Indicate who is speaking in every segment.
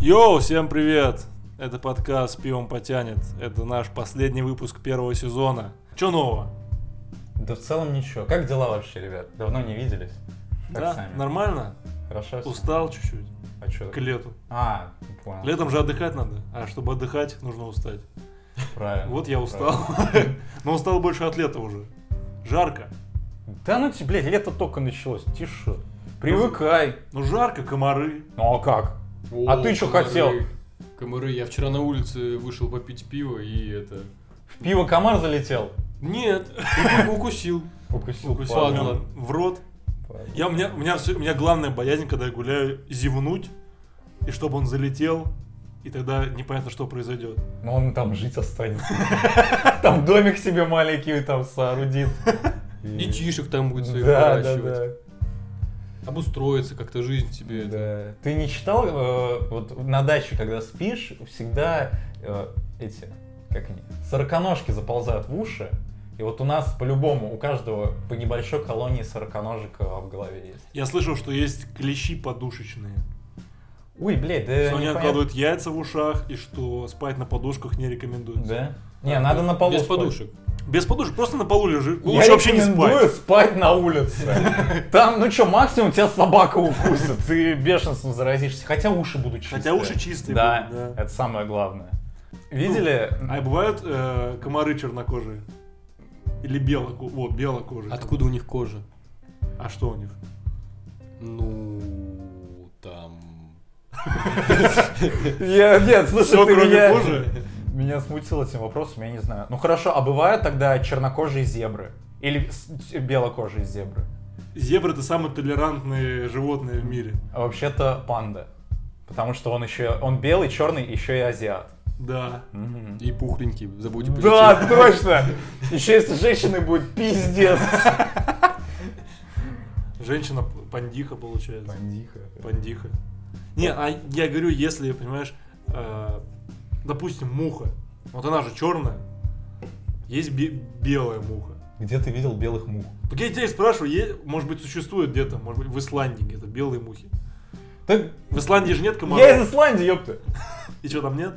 Speaker 1: Йоу, всем привет! Это подкаст «Пивом потянет». Это наш последний выпуск первого сезона. Чё нового?
Speaker 2: Да в целом ничего. Как дела вообще, ребят? Давно не виделись. Как
Speaker 1: да?
Speaker 2: сами?
Speaker 1: Нормально?
Speaker 2: Хорошо. всё?
Speaker 1: Устал чуть-чуть
Speaker 2: А чё?
Speaker 1: к лету.
Speaker 2: А, понял.
Speaker 1: Летом же отдыхать надо, а чтобы отдыхать, нужно устать.
Speaker 2: Правильно.
Speaker 1: Вот я устал.
Speaker 2: правильно.
Speaker 1: Но устал больше от лета уже. Жарко.
Speaker 2: Да ну тебе, блядь, лето только началось. Тише. Привыкай.
Speaker 1: Ну жарко, комары.
Speaker 2: Ну а как?
Speaker 3: О,
Speaker 2: А ты чё
Speaker 3: комары.
Speaker 2: хотел?
Speaker 3: Комары, я вчера на улице вышел попить пиво и это...
Speaker 2: В пиво комар залетел?
Speaker 1: Нет, укусил.
Speaker 2: Укусил.
Speaker 1: Укусил
Speaker 3: Падла.
Speaker 1: меня в рот.
Speaker 2: Падла.
Speaker 1: Я, у, меня, у, меня всё- у меня главная боязнь, когда я гуляю, зевнуть, и чтобы он залетел, и тогда непонятно, что произойдет.
Speaker 2: Но Ну он там жить останется. Там домик себе маленький там соорудит. И-
Speaker 3: Детишек там будет своих
Speaker 2: Да, да,
Speaker 3: выращивать.
Speaker 2: да.
Speaker 3: Обустроиться как-то жизнь тебе. это.
Speaker 2: Да. Ты не читал, э, вот на даче, когда спишь, всегда э, эти, как они, сороконожки заползают в уши. И вот у нас по-любому, у каждого по небольшой колонии сороконожек э, в голове есть.
Speaker 1: Я слышал, что есть клещи подушечные.
Speaker 2: Ой, блядь, да
Speaker 1: что они
Speaker 2: непонятно.
Speaker 1: откладывают яйца в ушах и что спать на подушках не рекомендуется.
Speaker 2: Да? Не, надо на полу
Speaker 3: Без
Speaker 2: спать.
Speaker 3: подушек.
Speaker 1: Без подушек, просто на полу лежишь.
Speaker 2: Я
Speaker 1: Лучше вообще не
Speaker 2: рекомендую
Speaker 1: спать.
Speaker 2: спать на улице. Там, ну что, максимум тебя собака укусит, ты бешенством заразишься. Хотя уши будут чистые.
Speaker 1: Хотя уши чистые
Speaker 2: Да,
Speaker 1: будут, да.
Speaker 2: это самое главное. Видели?
Speaker 1: А бывают э, комары чернокожие? Или белокожие? Вот, белокожие.
Speaker 3: Откуда у них кожа?
Speaker 1: А что у них?
Speaker 3: Ну, там...
Speaker 2: Я, нет, слушай,
Speaker 1: Все,
Speaker 2: ты
Speaker 1: кроме
Speaker 2: меня,
Speaker 1: кожи?
Speaker 2: меня смутил этим вопросом, я не знаю. Ну хорошо, а бывают тогда чернокожие зебры? Или с- белокожие зебры?
Speaker 1: Зебры это самые толерантные животные в мире.
Speaker 2: А вообще-то панда. Потому что он еще, он белый, черный, еще и азиат.
Speaker 1: Да.
Speaker 3: И пухленький, забудь
Speaker 2: Да, точно! Еще если женщины будет пиздец.
Speaker 1: Женщина п- пандиха получается.
Speaker 2: Бандиха.
Speaker 1: Пандиха. Не, а я говорю, если, понимаешь, э, допустим, муха. Вот она же черная. Есть бе- белая муха.
Speaker 2: Где ты видел белых мух?
Speaker 1: Так я тебя и спрашиваю, е- может быть, существует где-то, может быть, в Исландии где-то белые мухи.
Speaker 2: Так
Speaker 1: В Исландии же нет комаров.
Speaker 2: я из Исландии, ёпта.
Speaker 1: И что, там нет?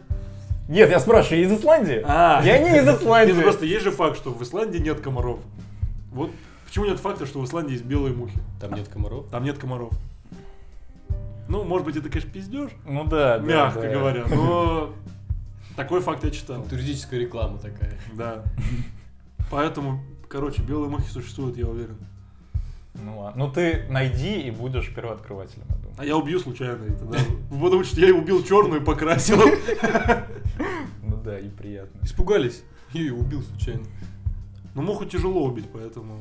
Speaker 2: Нет, я спрашиваю, я из Исландии?
Speaker 1: А.
Speaker 2: Я не
Speaker 1: Нет,
Speaker 2: из
Speaker 1: ну
Speaker 2: Исландии.
Speaker 1: просто есть же факт, что в Исландии нет комаров. Вот почему нет факта, что в Исландии есть белые мухи?
Speaker 3: Там нет комаров.
Speaker 1: Там нет комаров. Ну, может быть, это, конечно, пиздеж,
Speaker 2: Ну да, да,
Speaker 1: мягко
Speaker 2: да.
Speaker 1: говоря, но такой факт я читал.
Speaker 3: Туристическая реклама такая.
Speaker 1: Да. Поэтому, короче, белые мухи существуют, я уверен.
Speaker 2: Ну ладно. Ну ты найди и будешь первооткрывателем, я думаю.
Speaker 1: А я убью случайно, и тогда... Потому что я убил черную и покрасил.
Speaker 2: Ну да, и приятно.
Speaker 3: Испугались. И убил случайно.
Speaker 1: Но муху тяжело убить, поэтому...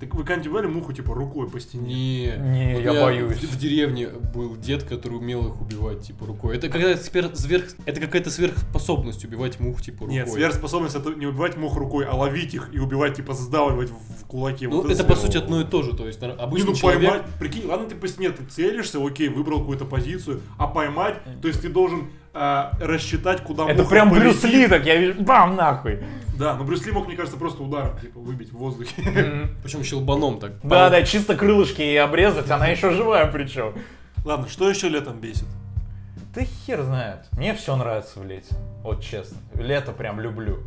Speaker 1: Так вы кантивали муху, типа, рукой по стене?
Speaker 3: Не,
Speaker 2: Не,
Speaker 3: Вот
Speaker 2: я боюсь.
Speaker 3: В, в деревне был дед, который умел их убивать, типа, рукой. Это когда спер- сверх... Это какая-то сверхспособность убивать мух, типа, рукой.
Speaker 1: Нет, сверхспособность это не убивать мух рукой, а ловить их и убивать, типа, сдавливать в в кулаке.
Speaker 3: Ну,
Speaker 1: Вот
Speaker 3: это, по
Speaker 1: здорово.
Speaker 3: сути, одно и то же. То есть, нар-
Speaker 1: Не,
Speaker 3: обычный
Speaker 1: ну
Speaker 3: человек...
Speaker 1: поймать, прикинь, ладно, ты по стене ты целишься, окей, выбрал какую-то позицию, а поймать,
Speaker 3: Э.
Speaker 1: то есть ты должен а, рассчитать, куда
Speaker 2: Это
Speaker 1: муха
Speaker 2: прям
Speaker 1: полетит.
Speaker 2: Брюс Ли, так я вижу, бам, нахуй.
Speaker 1: Да, но Брюс Ли мог, мне кажется, просто ударом, типа, выбить в воздухе.
Speaker 3: Причем щелбаном так.
Speaker 2: Да, да, чисто крылышки ей обрезать, она еще живая причем.
Speaker 1: Ладно, что еще летом бесит?
Speaker 2: Да хер знает. Мне все нравится в лете. Вот честно. Лето прям люблю.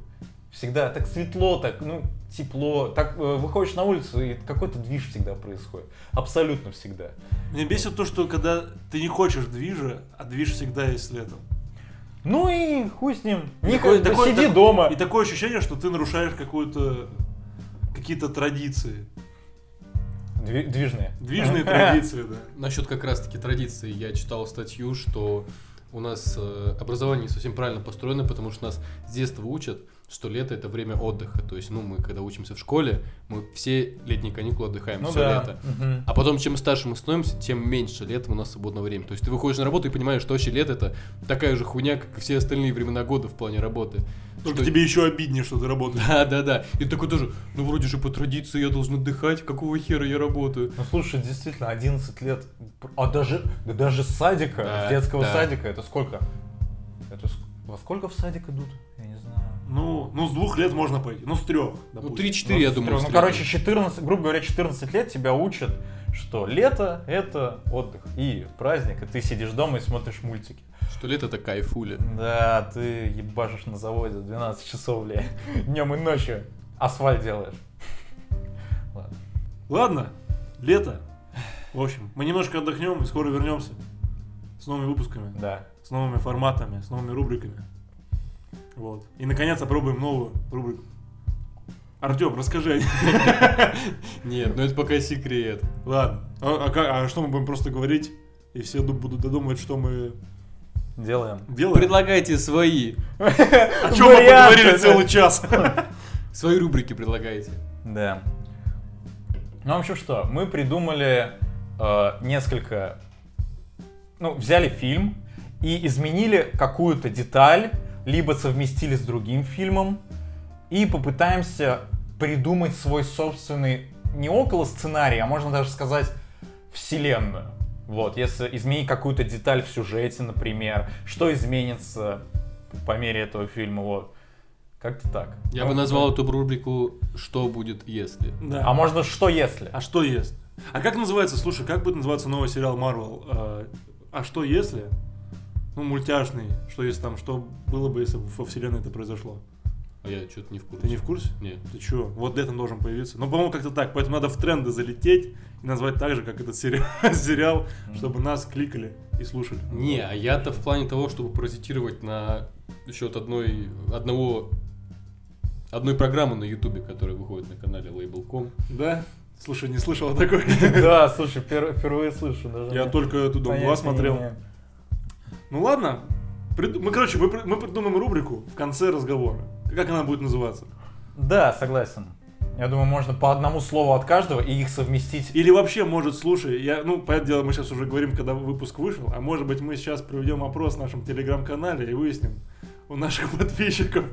Speaker 2: Всегда так светло, так, ну, тепло. Так э, выходишь на улицу, и какой-то движ всегда происходит. Абсолютно всегда.
Speaker 1: Меня бесит то, что когда ты не хочешь движа, а движ всегда есть летом.
Speaker 2: Ну и хуй с ним. Не
Speaker 1: Такое-
Speaker 2: ко- да
Speaker 1: такое-
Speaker 2: сиди
Speaker 1: так-
Speaker 2: дома.
Speaker 1: И такое ощущение, что ты нарушаешь какую-то какие-то традиции.
Speaker 2: Дви- движные.
Speaker 1: Движные традиции, да.
Speaker 3: Насчет как раз-таки традиции я читал статью, что у нас э, образование не совсем правильно построено, потому что нас с детства учат, что лето это время отдыха. То есть, ну, мы когда учимся в школе, мы все летние каникулы отдыхаем,
Speaker 2: Ну
Speaker 3: все
Speaker 2: да.
Speaker 3: лето.
Speaker 2: Мгм.
Speaker 3: А потом, чем старше мы становимся, тем меньше летом у нас свободного времени. То есть ты выходишь на работу и понимаешь, что вообще лето это такая же хуйня, как и все остальные времена года в плане работы.
Speaker 1: Только
Speaker 3: Что-
Speaker 1: тебе еще обиднее, что ты работаешь.
Speaker 3: Да, да, да. И такой тоже, ну вроде же по традиции я должен отдыхать, какого хера я работаю?
Speaker 2: Ну слушай, действительно, 11 лет, а даже, да даже с садика,
Speaker 3: Да,
Speaker 2: с детского
Speaker 3: да.
Speaker 2: садика, это сколько? Это ск- во сколько в садик идут? Я не знаю.
Speaker 1: Ну, ну, с двух лет можно пойти. Ну, с трех.
Speaker 3: Ну,
Speaker 1: допустим.
Speaker 3: 3-4, я
Speaker 2: Ну,
Speaker 3: думаю.
Speaker 2: Ну,
Speaker 3: стрёмно.
Speaker 2: короче, 14, грубо говоря, 14 лет тебя учат, что лето — это отдых и праздник, и ты сидишь дома и смотришь мультики.
Speaker 3: Что лето это кайфули.
Speaker 2: Да, ты ебашишь на заводе 12 часов, бля, днем и ночью асфальт делаешь. Ладно.
Speaker 1: Ладно, лето. В общем, мы немножко отдохнем и скоро вернемся. С новыми выпусками,
Speaker 2: Да.
Speaker 1: с новыми форматами, с новыми рубриками. Вот. И, наконец, опробуем новую рубрику. Артем, расскажи.
Speaker 3: Нет, ну это пока секрет.
Speaker 1: Ладно. А, а как- а что мы будем просто говорить? И все ду- будут додумывать, что мы
Speaker 2: Делаем.
Speaker 1: делаем.
Speaker 3: Предлагайте свои.
Speaker 1: О чем мы
Speaker 2: Варианты,
Speaker 1: поговорили
Speaker 2: да.
Speaker 1: целый час.
Speaker 3: Свои рубрики предлагайте.
Speaker 2: Да. Ну, в общем, что, мы придумали э, несколько... Ну, взяли фильм и изменили какую-то деталь, либо совместили с другим фильмом, и попытаемся придумать свой собственный, не около сценария, а можно даже сказать, вселенную. Вот, если изменить какую-то деталь в сюжете, например, что изменится по мере этого фильма, вот. Как-то так.
Speaker 3: Я
Speaker 2: Ну,
Speaker 3: бы назвал эту рубрику «Что будет, если?».
Speaker 1: Да.
Speaker 2: А можно что если?
Speaker 1: А что если? А как называется, слушай, как будет называться новый сериал Марвел? Э, А что если? Ну, мультяшный. Что если там, что было бы, если бы во вселенной это произошло?
Speaker 3: А я что-то не в курсе.
Speaker 1: Ты не в курсе?
Speaker 3: Нет.
Speaker 1: Ты чё? Вот летом должен появиться. Ну, по-моему, как-то так. Поэтому надо в тренды залететь и назвать так же, как этот сериал, сериал чтобы нас кликали и слушали.
Speaker 3: Не, а я-то в плане того, чтобы паразитировать на счет одной, одного, одной программы на Ютубе, которая выходит на канале Label.com.
Speaker 1: Да? Слушай, не слышал такой.
Speaker 2: Да, слушай, пер- впервые слышу даже.
Speaker 1: Я только эту дом 2 смотрел. Ну ладно. Приду- Мы, короче, мы, при- мы придумаем рубрику в конце разговора. Как она будет называться?
Speaker 2: Да, согласен. Я думаю, можно по одному слову от каждого и их совместить.
Speaker 1: Или вообще, может, слушай, я, ну, понятное дело, мы сейчас уже говорим, когда выпуск вышел, а может быть, мы сейчас проведем опрос в нашем телеграм-канале и выясним у наших подписчиков,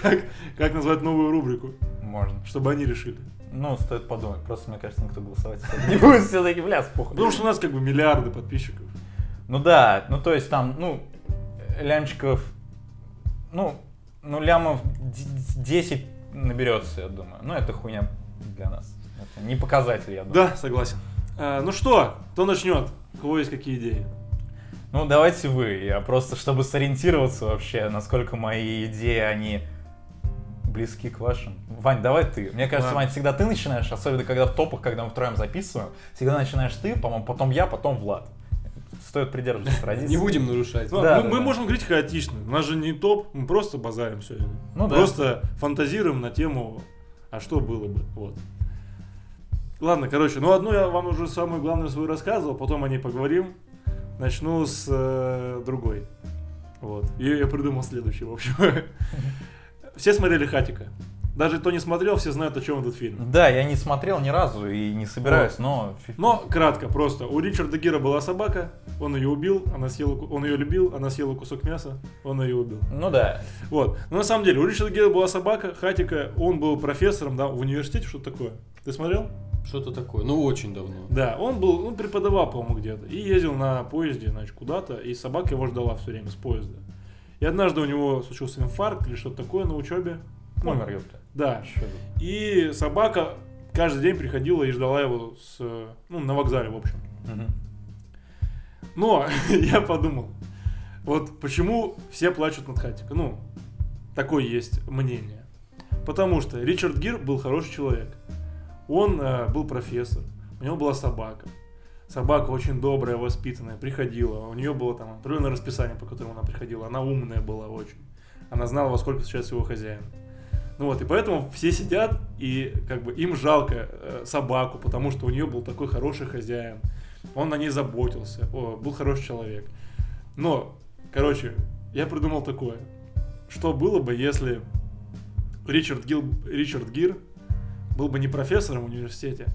Speaker 1: как, как назвать новую рубрику,
Speaker 2: Можно.
Speaker 1: чтобы они решили.
Speaker 2: Ну, стоит подумать. Просто, мне кажется, никто голосовать особо не будет. Все-таки, бля, спуха.
Speaker 1: Потому что у нас как бы миллиарды подписчиков.
Speaker 2: Ну да, ну то есть там, ну, лямчиков, ну, ну лямов д- 10 наберется, я думаю. Ну, это хуйня для нас. Это не показатель, я думаю.
Speaker 1: Да, согласен. А, ну что, кто начнет? У кого есть какие идеи?
Speaker 2: Ну, давайте вы. Я просто, чтобы сориентироваться вообще, насколько мои идеи, они близки к вашим. Вань, давай ты. Мне кажется,
Speaker 1: Ладно.
Speaker 2: Вань, всегда ты начинаешь, особенно когда в топах, когда мы втроем записываем, всегда начинаешь ты, по-моему, потом я, потом Влад. Стоит придерживаться традиции.
Speaker 3: Не будем нарушать.
Speaker 1: Ну,
Speaker 2: Да,
Speaker 1: мы,
Speaker 2: да,
Speaker 1: мы
Speaker 2: да.
Speaker 1: можем говорить хаотично. У нас же не топ, мы просто базарим сегодня.
Speaker 2: Ну да.
Speaker 1: Просто фантазируем на тему, а что было бы. Вот. Ладно, короче, ну одну я вам уже самую главную свою рассказывал, потом о ней поговорим. Начну с э, другой. Вот. И я придумал следующий, в общем. Все смотрели Хатика. Даже кто не смотрел, все знают, о чем этот фильм.
Speaker 2: Да, я не смотрел ни разу и не собираюсь, но... фи-
Speaker 1: Но кратко, просто. У Ричарда Гира была собака, он ее убил, она съела, ку- он ее любил, она съела кусок мяса, он ее убил.
Speaker 2: Ну да.
Speaker 1: Вот. Но на самом деле, у Ричарда Гира была собака, Хатика, он был профессором, да, в университете, что-то такое. Ты смотрел?
Speaker 3: Что-то такое. Ну, очень давно.
Speaker 1: Да, он был, он преподавал, по-моему, где-то. И ездил на поезде, значит, куда-то, и собака его ждала все время с поезда. И однажды у него случился инфаркт или что-то такое на учебе.
Speaker 2: Умер, ёпта.
Speaker 1: Да.
Speaker 2: А чё тут?
Speaker 1: И собака каждый день приходила и ждала его с, э, ну, на вокзале, в общем.
Speaker 2: Мгм.
Speaker 1: Но я подумал, вот почему все плачут над Хатико? Ну, такое есть мнение. Потому что Ричард Гир был хороший человек. Он э, был профессор, у него была собака. Собака очень добрая, воспитанная, приходила. У нее было там определенное расписание, по которому она приходила. Она умная была очень. Она знала, во сколько сейчас его хозяин. Ну вот, и поэтому все сидят, и как бы им жалко э, собаку, потому что у нее был такой хороший хозяин. Он о ней заботился, о, был хороший человек. Но, короче, я придумал такое. Что было бы, если Ричард, Гил, Ричард Гир был бы не профессором в университете,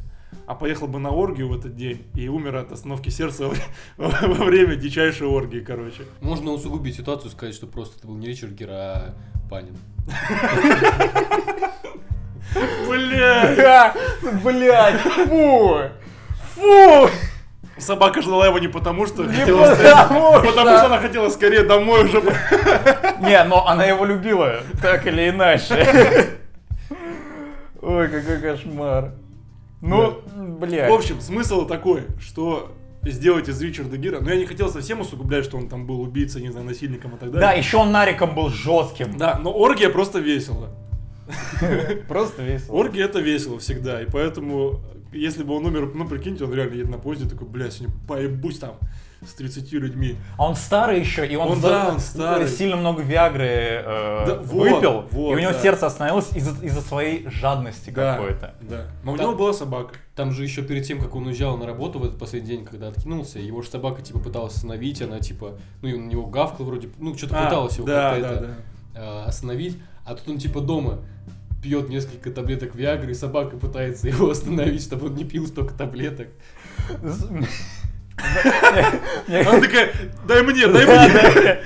Speaker 1: а поехал бы на оргию в этот день и умер от остановки сердца во, во время дичайшей оргии, короче.
Speaker 3: Можно усугубить ситуацию, сказать, что просто это был не Ричард Гир, а Панин.
Speaker 1: Бля!
Speaker 2: Блять, фу, фу.
Speaker 1: Собака ждала его не потому, что
Speaker 2: Не
Speaker 1: хотела встретиться,
Speaker 2: потому что.
Speaker 1: потому что она хотела скорее домой уже.
Speaker 2: Не, но она его любила, так или иначе. Ой, какой кошмар. Ну, блядь.
Speaker 1: В общем, смысл такой, что сделать из Ричарда Гира. Но я не хотел совсем усугублять, что он там был убийцей, не знаю, насильником и так
Speaker 2: Да,
Speaker 1: далее.
Speaker 2: еще он нариком был жестким.
Speaker 1: Да, но оргия просто весело.
Speaker 2: Просто весело.
Speaker 1: Оргия это весело всегда, и поэтому, если бы он умер, ну прикиньте, он реально едет на поезде, такой, бля, сегодня поебусь там с 30 людьми.
Speaker 2: А он старый еще, и он,
Speaker 1: Он,
Speaker 2: за-
Speaker 1: да, он старый.
Speaker 2: сильно много Виагры э,
Speaker 1: Да, вот,
Speaker 2: выпил,
Speaker 1: вот,
Speaker 2: и у него
Speaker 1: да.
Speaker 2: сердце остановилось из-за из-за своей жадности
Speaker 1: Да,
Speaker 2: какой-то.
Speaker 1: да. Но у
Speaker 3: Там-
Speaker 1: него была собака.
Speaker 3: Там же еще перед тем, как он уезжал на работу в этот последний день, когда откинулся, его же собака типа пыталась остановить, она типа, ну и на него гавкала вроде, ну что-то
Speaker 1: А,
Speaker 3: пыталась его
Speaker 1: да,
Speaker 3: как-то
Speaker 1: да,
Speaker 3: это,
Speaker 1: да.
Speaker 3: э, остановить, а тут он типа дома пьет несколько таблеток Виагры, и собака пытается его остановить, чтобы он не пил столько таблеток.
Speaker 2: Мне-
Speaker 1: Она такая, дай мне, дай
Speaker 2: Да,
Speaker 1: мне.
Speaker 2: да.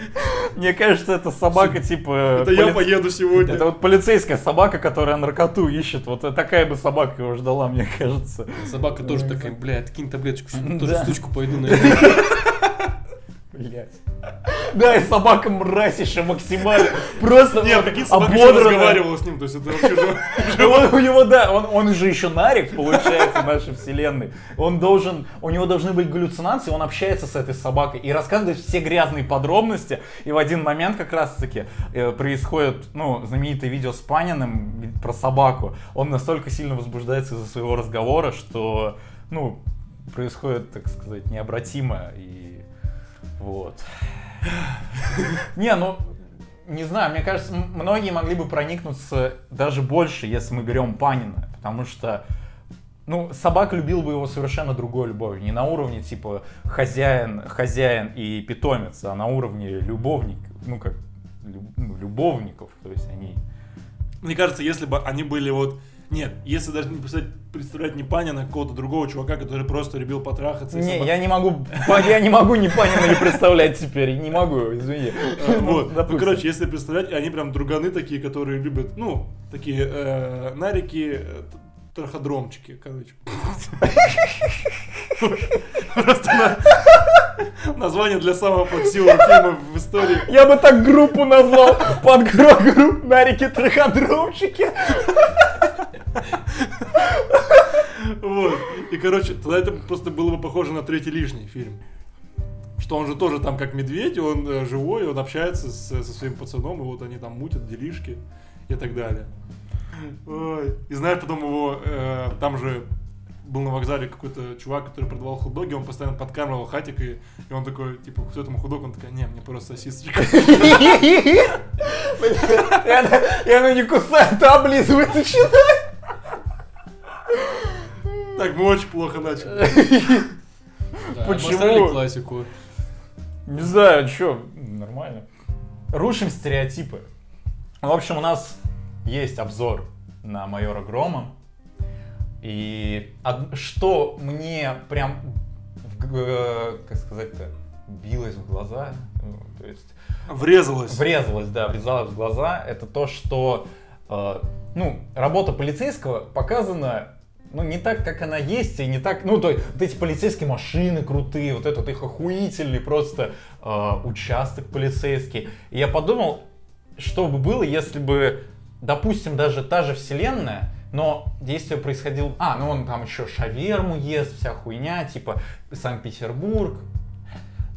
Speaker 2: Мне кажется, это собака типа...
Speaker 1: Это я
Speaker 2: поли-
Speaker 1: поеду сегодня.
Speaker 2: Это вот полицейская собака, которая наркоту ищет. Вот такая бы собака его ждала, мне кажется.
Speaker 3: Собака тоже
Speaker 2: Ну, не
Speaker 3: такая, бля, откинь таблеточку,
Speaker 2: Да.
Speaker 3: сегодня тоже стучку пойду на
Speaker 2: Блять. Да, и собака мразь еще максимально. Просто
Speaker 1: Нет,
Speaker 2: вот
Speaker 1: прикинь, собака еще
Speaker 2: ободранная.
Speaker 1: разговаривала с ним, то есть это вообще же...
Speaker 2: И он- у него, да, он, он же еще нарик, получается, в нашей вселенной. Он должен, у него должны быть галлюцинации, он общается с этой собакой и рассказывает все грязные подробности. И в один момент как раз-таки э, происходит, ну, знаменитое видео с Паниным про собаку. Он настолько сильно возбуждается из-за своего разговора, что, ну, происходит, так сказать, необратимо и вот. Не, ну, не знаю, мне кажется, м- многие могли бы проникнуться даже больше, если мы берем Панина, потому что, ну, собака любил бы его совершенно другой любовью, не на уровне типа хозяин, хозяин и питомец, а на уровне любовник, ну как лю- ну, любовников, то есть они.
Speaker 1: Мне кажется, если бы они были вот... Нет, если даже не представлять, представлять не Панина, а какого-то другого чувака, который просто любил потрахаться. и
Speaker 2: Не,
Speaker 1: собак-
Speaker 2: я не могу, я не могу ни Панина не представлять теперь, не могу, извини.
Speaker 1: Э, Вот. Ну,
Speaker 2: Допустим.
Speaker 1: короче, если представлять, они прям друганы такие, которые любят, ну, такие э, нарики, э, т- траходромчики, короче. Просто на- название для самого плаксивого фильма в истории.
Speaker 2: Я бы так группу назвал под гро- групп нарики траходромщики.
Speaker 1: Вот. И, короче, тогда это просто было бы похоже на третий лишний фильм. Что он же тоже там как медведь, он э, живой, он общается с- со своим пацаном, и вот они там мутят делишки и так далее. Ой. И знаешь, потом его, э, там же был на вокзале какой-то чувак, который продавал хот-доги, он постоянно подкармливал хатик, и, и он такой, типа, кто этому худок? Он такой, не, мне просто сосисочка.
Speaker 2: И она- и она не кусает, а облизывает начинает.
Speaker 1: Так, мы очень плохо начали.
Speaker 3: Да,
Speaker 2: Почему?
Speaker 3: обосрали классику.
Speaker 2: Не знаю, что, нормально. Рушим стереотипы. В общем, у нас есть обзор на майора Грома. И од- что мне прям, в г- э, как сказать-то, билось в глаза, ну, то есть
Speaker 1: Врезалась.
Speaker 2: Врезалась, да, врезалась в глаза. Это то, что э, ну, работа полицейского показана ну, не так, как она есть, и не так, ну, то есть, вот эти полицейские машины крутые, вот этот их охуительный просто э, участок полицейский. И я подумал, что бы было, если бы, допустим, даже та же вселенная, но действие происходило... А, ну он там еще шаверму ест, вся хуйня, типа Санкт-Петербург.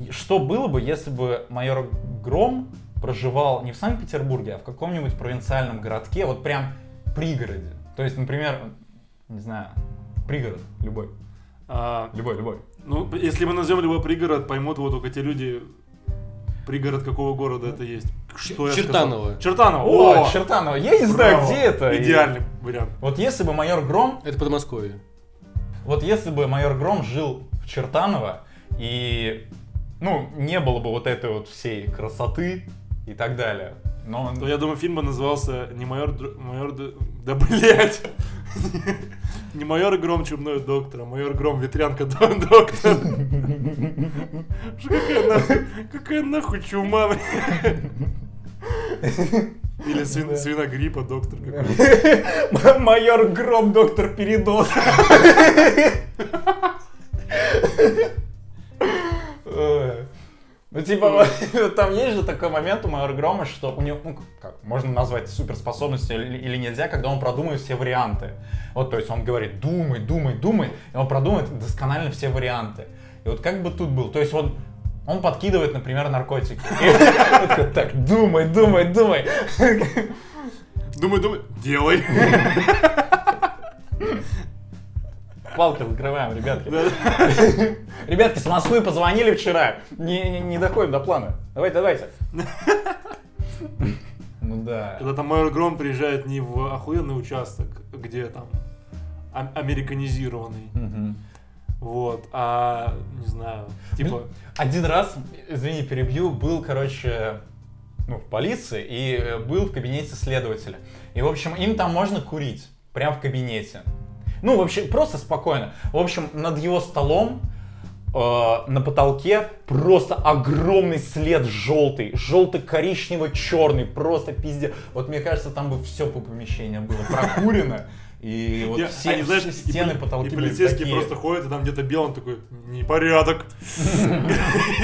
Speaker 2: И Что было бы, если бы майор Гром проживал не в Санкт-Петербурге, а в каком-нибудь провинциальном городке, вот прям пригороде? То есть, например, не знаю, пригород, любой,
Speaker 1: А,
Speaker 2: любой, любой.
Speaker 1: Ну, если мы назовем любой пригород, поймут вот только те люди, пригород какого города это есть. Что я сказал?
Speaker 3: Чертаново.
Speaker 1: Чертаново.
Speaker 2: О, Чертаново, я не знаю,
Speaker 1: браво.
Speaker 2: где это. И-
Speaker 1: Идеальный вариант.
Speaker 2: Вот если бы майор Гром
Speaker 3: Это Подмосковье.
Speaker 2: Вот если бы майор Гром жил в Чертаново и ну не было бы вот этой вот всей красоты и так далее, но он-
Speaker 1: То я думаю, фильм бы назывался не майор... Др- майор... Д- Да, блять! Не майор Гром Чумной Доктор, а майор Гром Ветрянка Дон Доктор. Ж Какая нахуй, какая нахуй чума, блядь. Или свин-
Speaker 2: Да.
Speaker 1: свиногриппа доктор какой-то.
Speaker 2: М- майор Гром доктор передоз. типа, там есть же такой момент у майора Грома, что у него, ну, как, можно назвать суперспособностью или, или нельзя, когда он продумывает все варианты. Вот, то есть он говорит, думай, думай, думай, и он продумывает досконально все варианты. И вот как бы тут был, то есть он он подкидывает, например, наркотики. И такой, Так, думай, думай, думай.
Speaker 1: Думай, думай, делай.
Speaker 2: Палки закрываем, ребятки. Ребятки, с Москвы позвонили вчера. Не, не- не доходим до плана. Давайте, давайте. Ну да.
Speaker 1: Когда там майор Гром приезжает не в охуенный участок, где там а- американизированный,
Speaker 2: Мгм.
Speaker 1: вот, а, не знаю,
Speaker 2: Ну,
Speaker 1: типа,
Speaker 2: Один раз, извини, перебью, был, короче, ну, в полиции и э, был в кабинете следователя. И, в общем, им там можно курить, прям в кабинете. Ну, вообще, просто спокойно. В общем, над его столом э, на потолке просто огромный след желтый, желто-коричнево-черный, просто пиздец. Вот мне кажется, там бы все по помещению было прокурено. И вот
Speaker 1: я-
Speaker 2: все
Speaker 1: они, знаешь, и
Speaker 2: стены,
Speaker 1: поли-
Speaker 2: потолки
Speaker 1: и
Speaker 2: были
Speaker 1: полицейские
Speaker 2: такие.
Speaker 1: просто ходят, и там где-то белый такой, непорядок,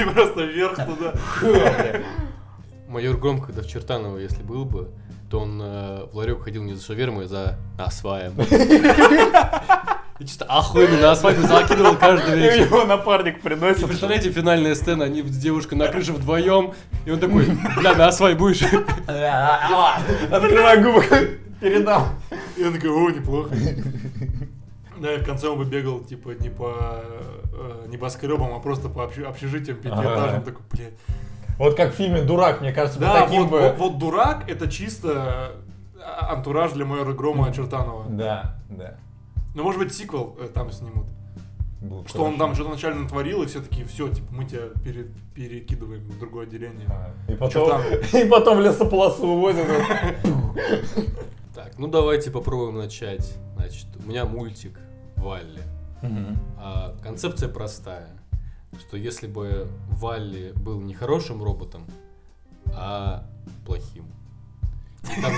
Speaker 1: и просто вверх туда.
Speaker 3: Майор Гром, когда в Чертаново, если был бы, то он э, в ларек ходил не за шавермой, а за асваем. И чисто охуенно на асфальт закидывал каждый
Speaker 2: И
Speaker 3: вечер.
Speaker 2: его напарник
Speaker 3: И
Speaker 2: приносит.
Speaker 3: представляете, финальная сцена, они с девушкой на крыше вдвоем, и он такой, бля, на асфай будешь?
Speaker 2: Открывай губы. Передал.
Speaker 1: Я такой, о, неплохо. Да, и в конце он бы бегал, типа, не по э, небоскребам, а просто по общ- общежитиям пятиэтажным.
Speaker 2: Ага.
Speaker 1: Такой, блядь.
Speaker 2: Вот как в фильме «Дурак», мне кажется, по
Speaker 1: Да,
Speaker 2: таким
Speaker 1: вот, вот-
Speaker 2: бы...
Speaker 1: вот дурак, это чисто э, антураж для майора Грома Чертанова.
Speaker 2: Да, да.
Speaker 1: Ну, может быть, сиквел э, там снимут.
Speaker 2: Было
Speaker 1: Что он там
Speaker 2: хорошо.
Speaker 1: что-то начально натворил, и все таки все, типа, мы тебя пере- перекидываем в другое отделение.
Speaker 2: А, И
Speaker 1: Чё
Speaker 2: потом,
Speaker 1: там?
Speaker 2: и потом в лесополосу вывозят.
Speaker 3: Так, ну давайте попробуем начать. Значит, у меня мультик Валли. А, концепция простая, что если бы Валли был не хорошим роботом, а плохим. И там-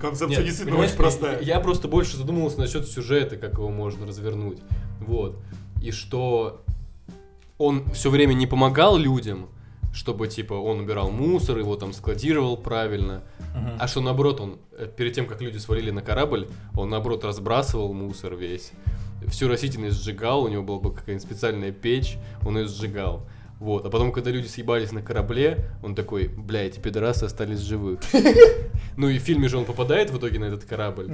Speaker 1: Концепция
Speaker 3: Нет,
Speaker 1: действительно
Speaker 3: понимаешь,
Speaker 1: очень простая.
Speaker 3: Я, я просто больше задумывался насчет сюжета, как его можно развернуть. Вот. И что он все время не помогал людям, чтобы, типа, он убирал мусор, его там складировал правильно. А что, наоборот, он э, перед тем, как люди свалили на корабль, он, наоборот, разбрасывал мусор весь. Всю растительность сжигал, у него была бы какая-нибудь специальная печь, он ее сжигал. Вот, а потом, когда люди съебались на корабле, он такой, бля, эти пидорасы остались в живых. Ну и в фильме же он попадает в итоге на этот корабль.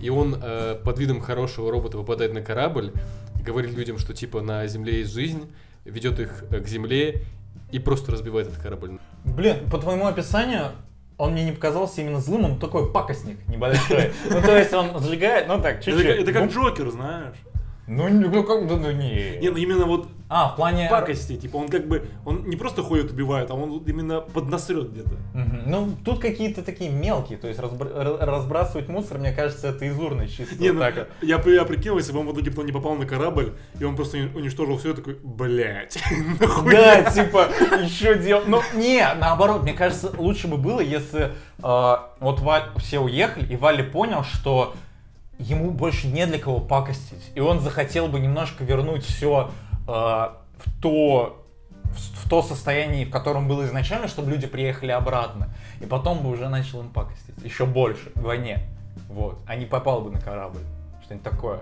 Speaker 3: И он э, под видом хорошего робота попадает на корабль, говорит людям, что типа на Земле есть жизнь, ведет их э, к Земле и просто разбивает этот корабль.
Speaker 2: Блин, по твоему описанию, он мне не показался именно злым, он такой пакостник небольшой. Ну, то есть он сжигает, ну
Speaker 1: Это,
Speaker 2: так,
Speaker 1: как-
Speaker 2: чуть-чуть.
Speaker 1: это как Джокер, знаешь.
Speaker 2: Ну, не- ну, как, ну, ну, не.
Speaker 1: Не, ну именно вот
Speaker 2: А, в плане...
Speaker 1: пакости, типа, он как бы, он не просто ходит убивает, а он вот именно поднасрет где-то.
Speaker 2: Мгм. Ну, тут какие-то такие мелкие, то есть разбра- ра- разбрасывать мусор, мне кажется, это из урны чисто.
Speaker 1: Не,
Speaker 2: вот
Speaker 1: ну,
Speaker 2: так вот.
Speaker 1: я, при- я прикинул, если бы он в итоге потом не попал на корабль, и он просто уни- уничтожил все, такой, блядь, нахуй.
Speaker 2: Да, типа, еще дел... Ну, не, наоборот, мне кажется, лучше бы было, если э, вот Валь- все уехали, и Валли понял, что ему больше не для кого пакостить. И он захотел бы немножко вернуть все в то в, с- в то состояние, в котором было изначально, чтобы люди приехали обратно. И потом бы уже начал им пакостить. Еще больше, вдвойне. Вот. А не попал бы на корабль. Что-нибудь такое.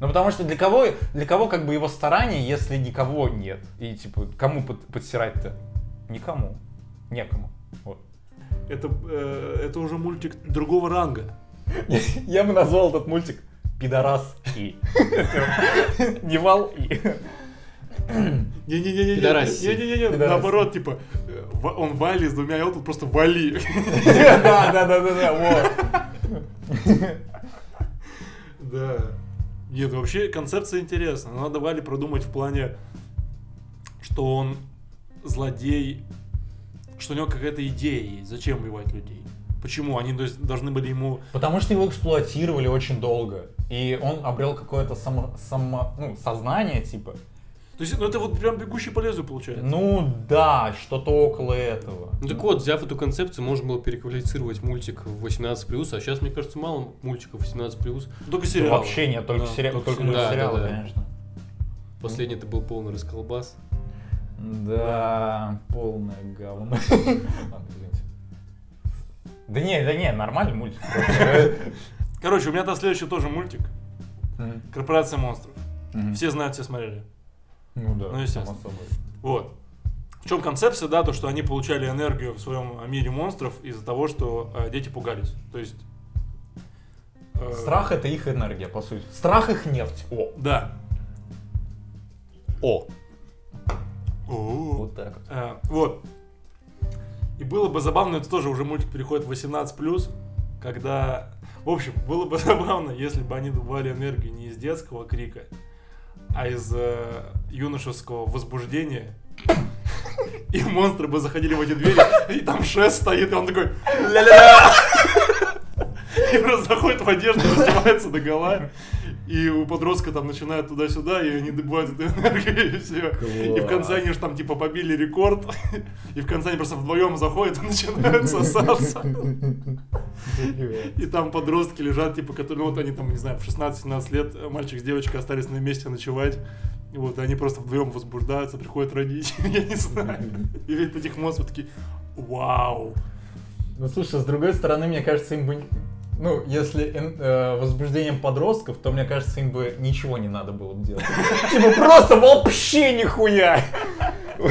Speaker 2: Ну, потому что для кого, для кого как бы его старания, если никого нет? И, типа, кому под- подсирать-то? Никому. Некому. Вот.
Speaker 1: Это, э, это уже мультик другого ранга.
Speaker 2: Я бы назвал этот мультик «Пидорас и». Не вал и.
Speaker 1: Не-не-не-не.
Speaker 3: Пидораси.
Speaker 1: Не-не-не,
Speaker 2: Пидораси.
Speaker 1: наоборот, типа, э, ва- он вали с двумя ел, тут просто вали.
Speaker 2: Да, да, да, да, да, вот.
Speaker 1: Да. Нет, вообще концепция интересная. Надо Вали продумать в плане, что он злодей, что у него какая-то идея есть, зачем убивать людей. Почему? Они то есть, должны были ему...
Speaker 2: Потому что его эксплуатировали очень долго. И он обрел какое-то само, само, ну, сознание, типа.
Speaker 1: То есть, ну это вот прям бегущий по лезу получается.
Speaker 2: Ну да, что-то около этого.
Speaker 3: Ну так вот, взяв эту концепцию, можно было переквалифицировать мультик в 18+, а сейчас, мне кажется, мало мультиков 18+.
Speaker 1: Только
Speaker 2: Да
Speaker 1: сериал.
Speaker 2: Ну, Вообще нет, только,
Speaker 1: Да,
Speaker 2: сериал,
Speaker 1: только
Speaker 2: только
Speaker 3: сериалы. Да,
Speaker 2: сериалы,
Speaker 3: да, да.
Speaker 2: конечно.
Speaker 3: Последний это был полный расколбас.
Speaker 2: Да, полное говно. Ладно, извините. Да не, да не, нормальный мультик.
Speaker 1: Короче, у меня там следующий тоже мультик.
Speaker 2: Мгм.
Speaker 1: Корпорация монстров.
Speaker 2: Мгм.
Speaker 1: Все знают, все смотрели.
Speaker 2: Ну да,
Speaker 1: Ну, естественно.
Speaker 2: само собой.
Speaker 1: Вот. В чем концепция, да, то, что они получали энергию в своем мире монстров из-за того, что э, дети пугались. То есть... э,
Speaker 2: Страх это их энергия, по сути. Страх их нефть. О.
Speaker 1: Да.
Speaker 2: О.
Speaker 1: Вот.
Speaker 2: Вот так.
Speaker 1: Э, вот. И было бы забавно, это тоже уже мультик переходит в 18+, когда... В общем, было бы забавно, если бы они добывали энергию не из детского крика, а из э, юношеского возбуждения. И монстры бы заходили в эти двери, и там шест стоит, и он такой... «Ля-ля-ля!» И просто заходит в одежду, раздевается до гола, и у подростка там начинают туда-сюда, и они добывают эту энергию, и все. И в конце они же там типа побили рекорд, и в конце они просто вдвоем заходят и начинают сосаться. И там подростки лежат, типа, которые, ну вот они там, не знаю, в 16-17 лет, э, мальчик с девочкой остались на месте ночевать. И вот они просто вдвоем возбуждаются, приходят родители, я не знаю. И видят этих монстров такие, вау.
Speaker 2: Ну слушай, с другой стороны, мне кажется, им бы... н- Ну, если эн- э, возбуждением подростков, то, мне кажется, им бы ничего не надо было бы делать. Типа просто вообще нихуя!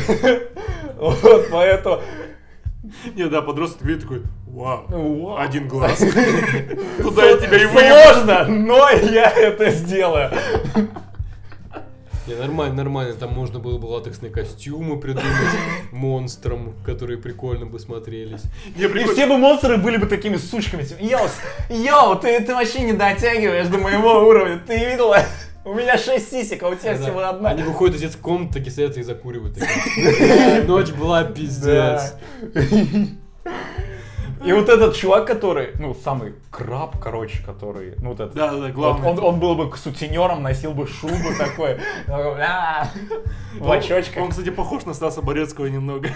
Speaker 2: Вот, поэтому...
Speaker 1: Не, да, подросток видит такой, вау,
Speaker 2: Вау.
Speaker 1: один глаз. Туда я тебя и выебу.
Speaker 2: Сложно, но я это сделаю.
Speaker 3: Не, нормально, нормально. Там можно было бы латексные костюмы придумать монстрам, которые прикольно бы смотрелись.
Speaker 1: Не,
Speaker 2: И
Speaker 1: прикольно.
Speaker 2: все бы монстры были бы такими сучками. типа, Йоу, с- йоу, ты, ты вообще не дотягиваешь до моего уровня. Ты видела? У меня шесть сисек, а у тебя
Speaker 3: Да.
Speaker 2: всего одна.
Speaker 3: Они выходят из детской комнаты, такие садятся и закуривают. такие. Ночь была пиздец.
Speaker 2: И вот этот чувак, который, ну, самый краб, короче, который, ну, вот этот...
Speaker 1: Да, да, да,
Speaker 2: вот
Speaker 1: главное.
Speaker 2: он, он был бы к сутенером, носил бы шубу такой, а, в
Speaker 1: Он,
Speaker 2: очочках.
Speaker 1: кстати, похож на Стаса Борецкого немного.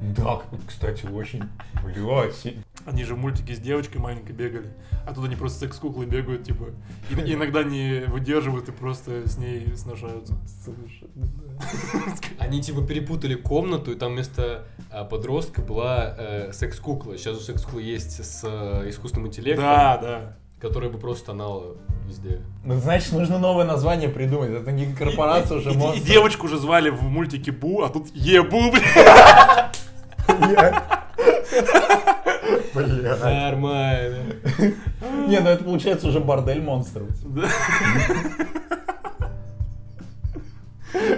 Speaker 2: Да, кстати, очень, блядь, си-
Speaker 1: Они же в мультике с девочкой маленькой бегали, а тут они просто секс-куклы бегают, типа, и, и иногда не выдерживают и просто с ней сношаются.
Speaker 2: слушай, да.
Speaker 3: Они типа перепутали комнату, и там вместо а, подростка была э, секс-кукла. Сейчас у секс-куклы есть с э, искусственным интеллектом,
Speaker 1: Да, да.
Speaker 3: которая бы просто тонала везде.
Speaker 2: Ну, значит, нужно новое название придумать, это не корпорация
Speaker 1: И-
Speaker 2: уже,
Speaker 1: и- и,
Speaker 2: монстр.
Speaker 1: девочку уже звали в мультике Бу, а тут Ебу, блин.
Speaker 2: Бля.
Speaker 3: Нормально.
Speaker 2: Не, ну это получается уже бордель монстров.
Speaker 1: Да.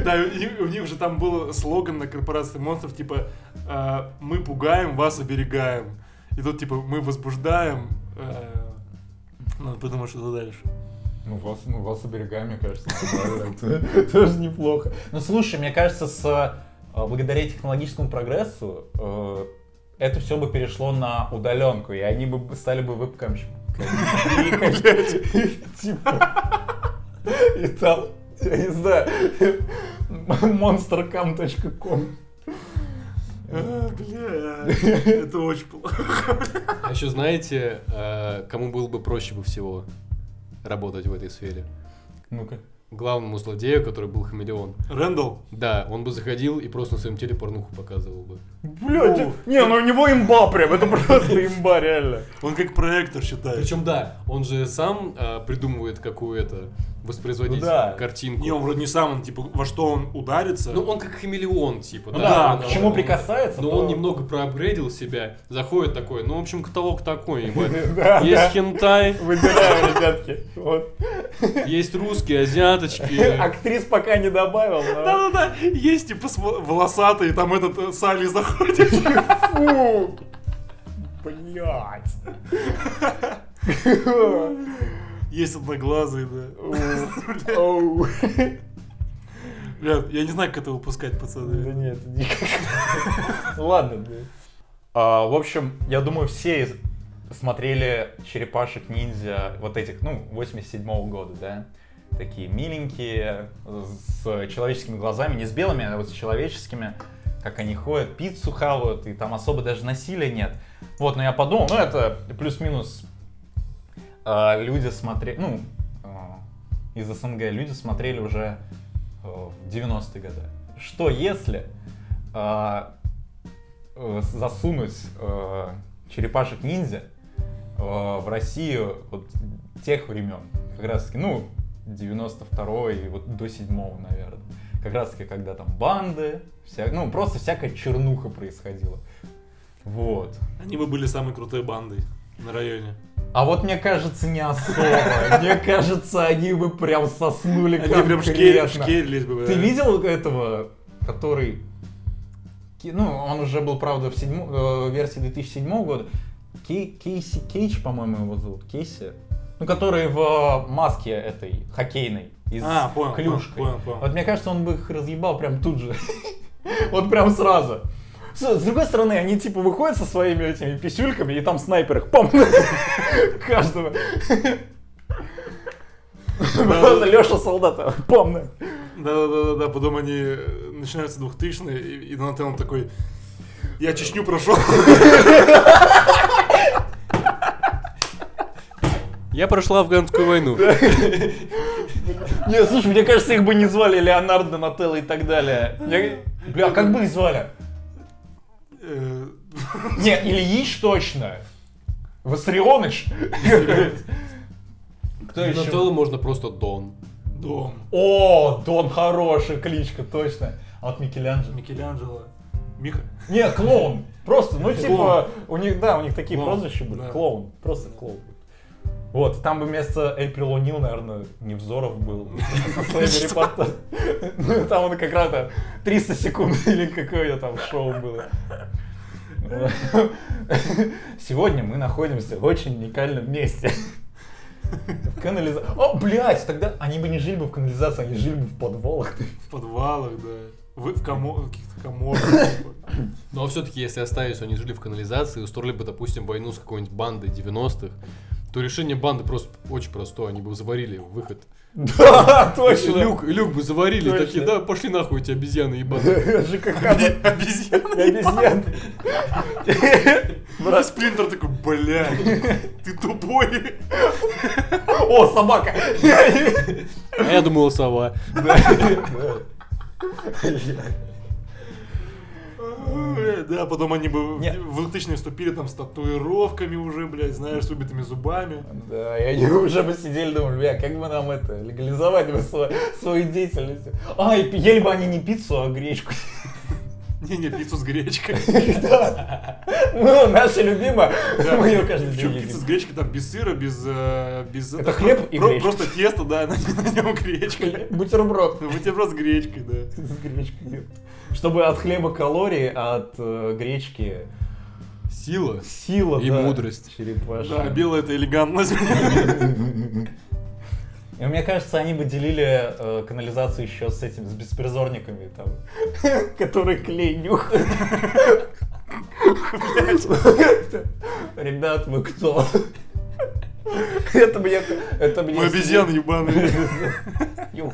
Speaker 1: Да, и у них же там был слоган на корпорации монстров, типа, э, мы пугаем, вас оберегаем. И тут, типа, мы возбуждаем. э, Надо подумать, что дальше.
Speaker 2: Ну, вас, ну, вас оберегаем, мне кажется. это Тоже неплохо. Ну, слушай, мне кажется, с, э, благодаря технологическому прогрессу э, это все бы перешло на удаленку, и они бы стали бы вебкамщиками. Типа. И там, я не знаю, monstercam.com.
Speaker 1: А, Бля, это очень плохо.
Speaker 3: А еще знаете, э, кому было бы проще бы всего работать в этой сфере?
Speaker 2: Ну-ка.
Speaker 3: Главному злодею, который был хамелеон.
Speaker 1: Рэндалл,
Speaker 3: Да, он бы заходил и просто на своем теле порнуху показывал бы.
Speaker 2: Блять,
Speaker 1: О.
Speaker 2: не, ну у него имба прям, это просто имба, реально.
Speaker 1: он как проектор считает.
Speaker 3: Причем да, он же сам э, придумывает какую-то воспроизводить
Speaker 2: Ну да.
Speaker 3: картинку.
Speaker 1: Не, он вроде не сам, он, типа, во что он ударится.
Speaker 3: Ну он как хамелеон, типа.
Speaker 2: Ну да, Ну,
Speaker 3: он-
Speaker 2: к чему
Speaker 3: он-
Speaker 2: прикасается,
Speaker 3: Но
Speaker 2: то-
Speaker 3: он немного проапгрейдил себя, заходит такой, ну, в общем, каталог такой, ебать.
Speaker 2: Да, да.
Speaker 3: Есть хентай,
Speaker 2: Выбираем, ребятки. Вот.
Speaker 3: есть русские, азиаточки.
Speaker 2: Актрис пока не добавил, но...
Speaker 1: Да-да-да, есть, типа, с вол- волосатый, там этот э, Салли заходит.
Speaker 2: Фу! Блять.
Speaker 1: Есть одноглазый, да. Бля, я не знаю, как это выпускать,
Speaker 2: Да
Speaker 1: пацаны.
Speaker 2: нет, никак. Ладно, блядь. А, В общем, я думаю, все из- смотрели черепашек ниндзя вот этих, ну, 87-го года, да? Такие миленькие, с человеческими глазами, не с белыми, а вот с человеческими, как они ходят, пиццу хавают, и там особо даже насилия нет. Вот, но я подумал, ну это плюс-минус а, люди смотрели, ну, а, из СНГ люди смотрели уже э, в 90-е годы. Что если а, э, засунуть э, черепашек ниндзя э, в Россию вот тех времен, как раз таки, ну, 92-й, вот до 7-го, наверное. Как раз таки, когда там банды, вся, ну, просто всякая чернуха происходила. Вот.
Speaker 1: Они бы были самой крутой бандой на районе.
Speaker 2: А вот мне кажется, не особо. Мне кажется, они бы прям соснули
Speaker 1: Они прям шке-
Speaker 2: конкретно.
Speaker 1: шкерились бы.
Speaker 2: Ты
Speaker 1: да.
Speaker 2: видел этого, который... Ки- Ну, он уже был, правда, в седьмо- э, версии 2007 года. Кей- Кейси Кейдж, по-моему, его зовут. Кейси. Ну, который в э, маске этой хоккейной. Из
Speaker 1: А, понял,
Speaker 2: клюшкой.
Speaker 1: понял, понял, понял.
Speaker 2: Вот мне кажется, он бы их разъебал прям тут же. Вот прям сразу. С, с другой стороны, они типа выходят со своими этими писюльками, и там снайпер их пам! Каждого. Просто Леша солдата. Пам!
Speaker 1: Да-да-да, потом они э, начинаются 2000 и, и Донателло такой, я Чечню прошел.
Speaker 3: Я прошла афганскую войну.
Speaker 2: Не, слушай, мне кажется, их бы не звали Леонардо, Нателло и так далее. Я- Бля, а как бы их звали?
Speaker 1: Э,
Speaker 2: Не, Ильич точно. Васарионыч. Кто
Speaker 3: Донателло можно просто Дон.
Speaker 1: Дом.
Speaker 2: О, Дон хороший, кличка, точно. А вот Микеланджело.
Speaker 1: Микеланджело. Миха.
Speaker 2: Не, клоун. Просто, ну
Speaker 1: Клоун.
Speaker 2: типа, у них, да, у них такие
Speaker 1: Клоун,
Speaker 2: прозвища были.
Speaker 1: да.
Speaker 2: Клоун, просто клоун. Вот, там бы вместо Эйприл О'Нил, наверное, Невзоров был. Со своими репортажами. Ну, там он как раз там 300 секунд или какое там шоу было. Сегодня мы находимся в очень уникальном месте. В канализации. О, блядь, тогда они бы не жили бы в канализации, они жили бы в подвалах.
Speaker 1: В подвалах, да. Вы в комо- в каких-то коморках. типа.
Speaker 3: Но все-таки, Ну, а если оставить, что они жили в канализации, устроили бы, допустим, войну с какой-нибудь бандой 90-х, то решение банды просто очень простое. Они бы заварили выход.
Speaker 2: Да, точно.
Speaker 3: Люк, люк бы заварили,
Speaker 2: Точно.
Speaker 3: такие, да, пошли нахуй эти обезьяны ебаные.
Speaker 2: ЖКХ. бы-
Speaker 1: Обезьяна.
Speaker 2: Я обезьян.
Speaker 1: И Сплинтер А такой, блядь, ты тупой.
Speaker 2: О, собака!
Speaker 3: А я думала, сова.
Speaker 1: Э, Да, потом они бы в
Speaker 2: Нет.
Speaker 1: в 2000 вступили там с татуировками уже, блядь, знаешь, с убитыми зубами.
Speaker 2: Да, и они уже посидели, думали, бля, как бы нам это, легализовать бы свою, свою деятельность. А, и пи- ели бы они не пиццу, а гречку.
Speaker 1: Не-не, пиццу с гречкой.
Speaker 2: Да. Ну, наша любимая,
Speaker 1: Да.
Speaker 2: мы ее каждый день
Speaker 1: Причем пицца с
Speaker 2: едим.
Speaker 1: гречкой там без сыра, без... э, без
Speaker 2: Это хлеб
Speaker 1: про-
Speaker 2: и
Speaker 1: про-
Speaker 2: гречка.
Speaker 1: Просто тесто, да, на, на нем гречка.
Speaker 2: Бутерброд.
Speaker 1: Вы тебе просто с гречкой, да.
Speaker 2: С гречкой. Чтобы от хлеба калории, а от э, гречки
Speaker 3: Сила.
Speaker 2: сила.
Speaker 3: И
Speaker 2: да.
Speaker 3: мудрость.
Speaker 2: Черепашья.
Speaker 1: Да, белая это элегантность.
Speaker 2: И мне кажется, они бы делили э, канализацию еще с этим, с беспризорниками там. Которые клей нюхают. Ребят, вы кто? Это мне... Это мне...
Speaker 1: Мы обезьяны ебаные.
Speaker 2: Ню-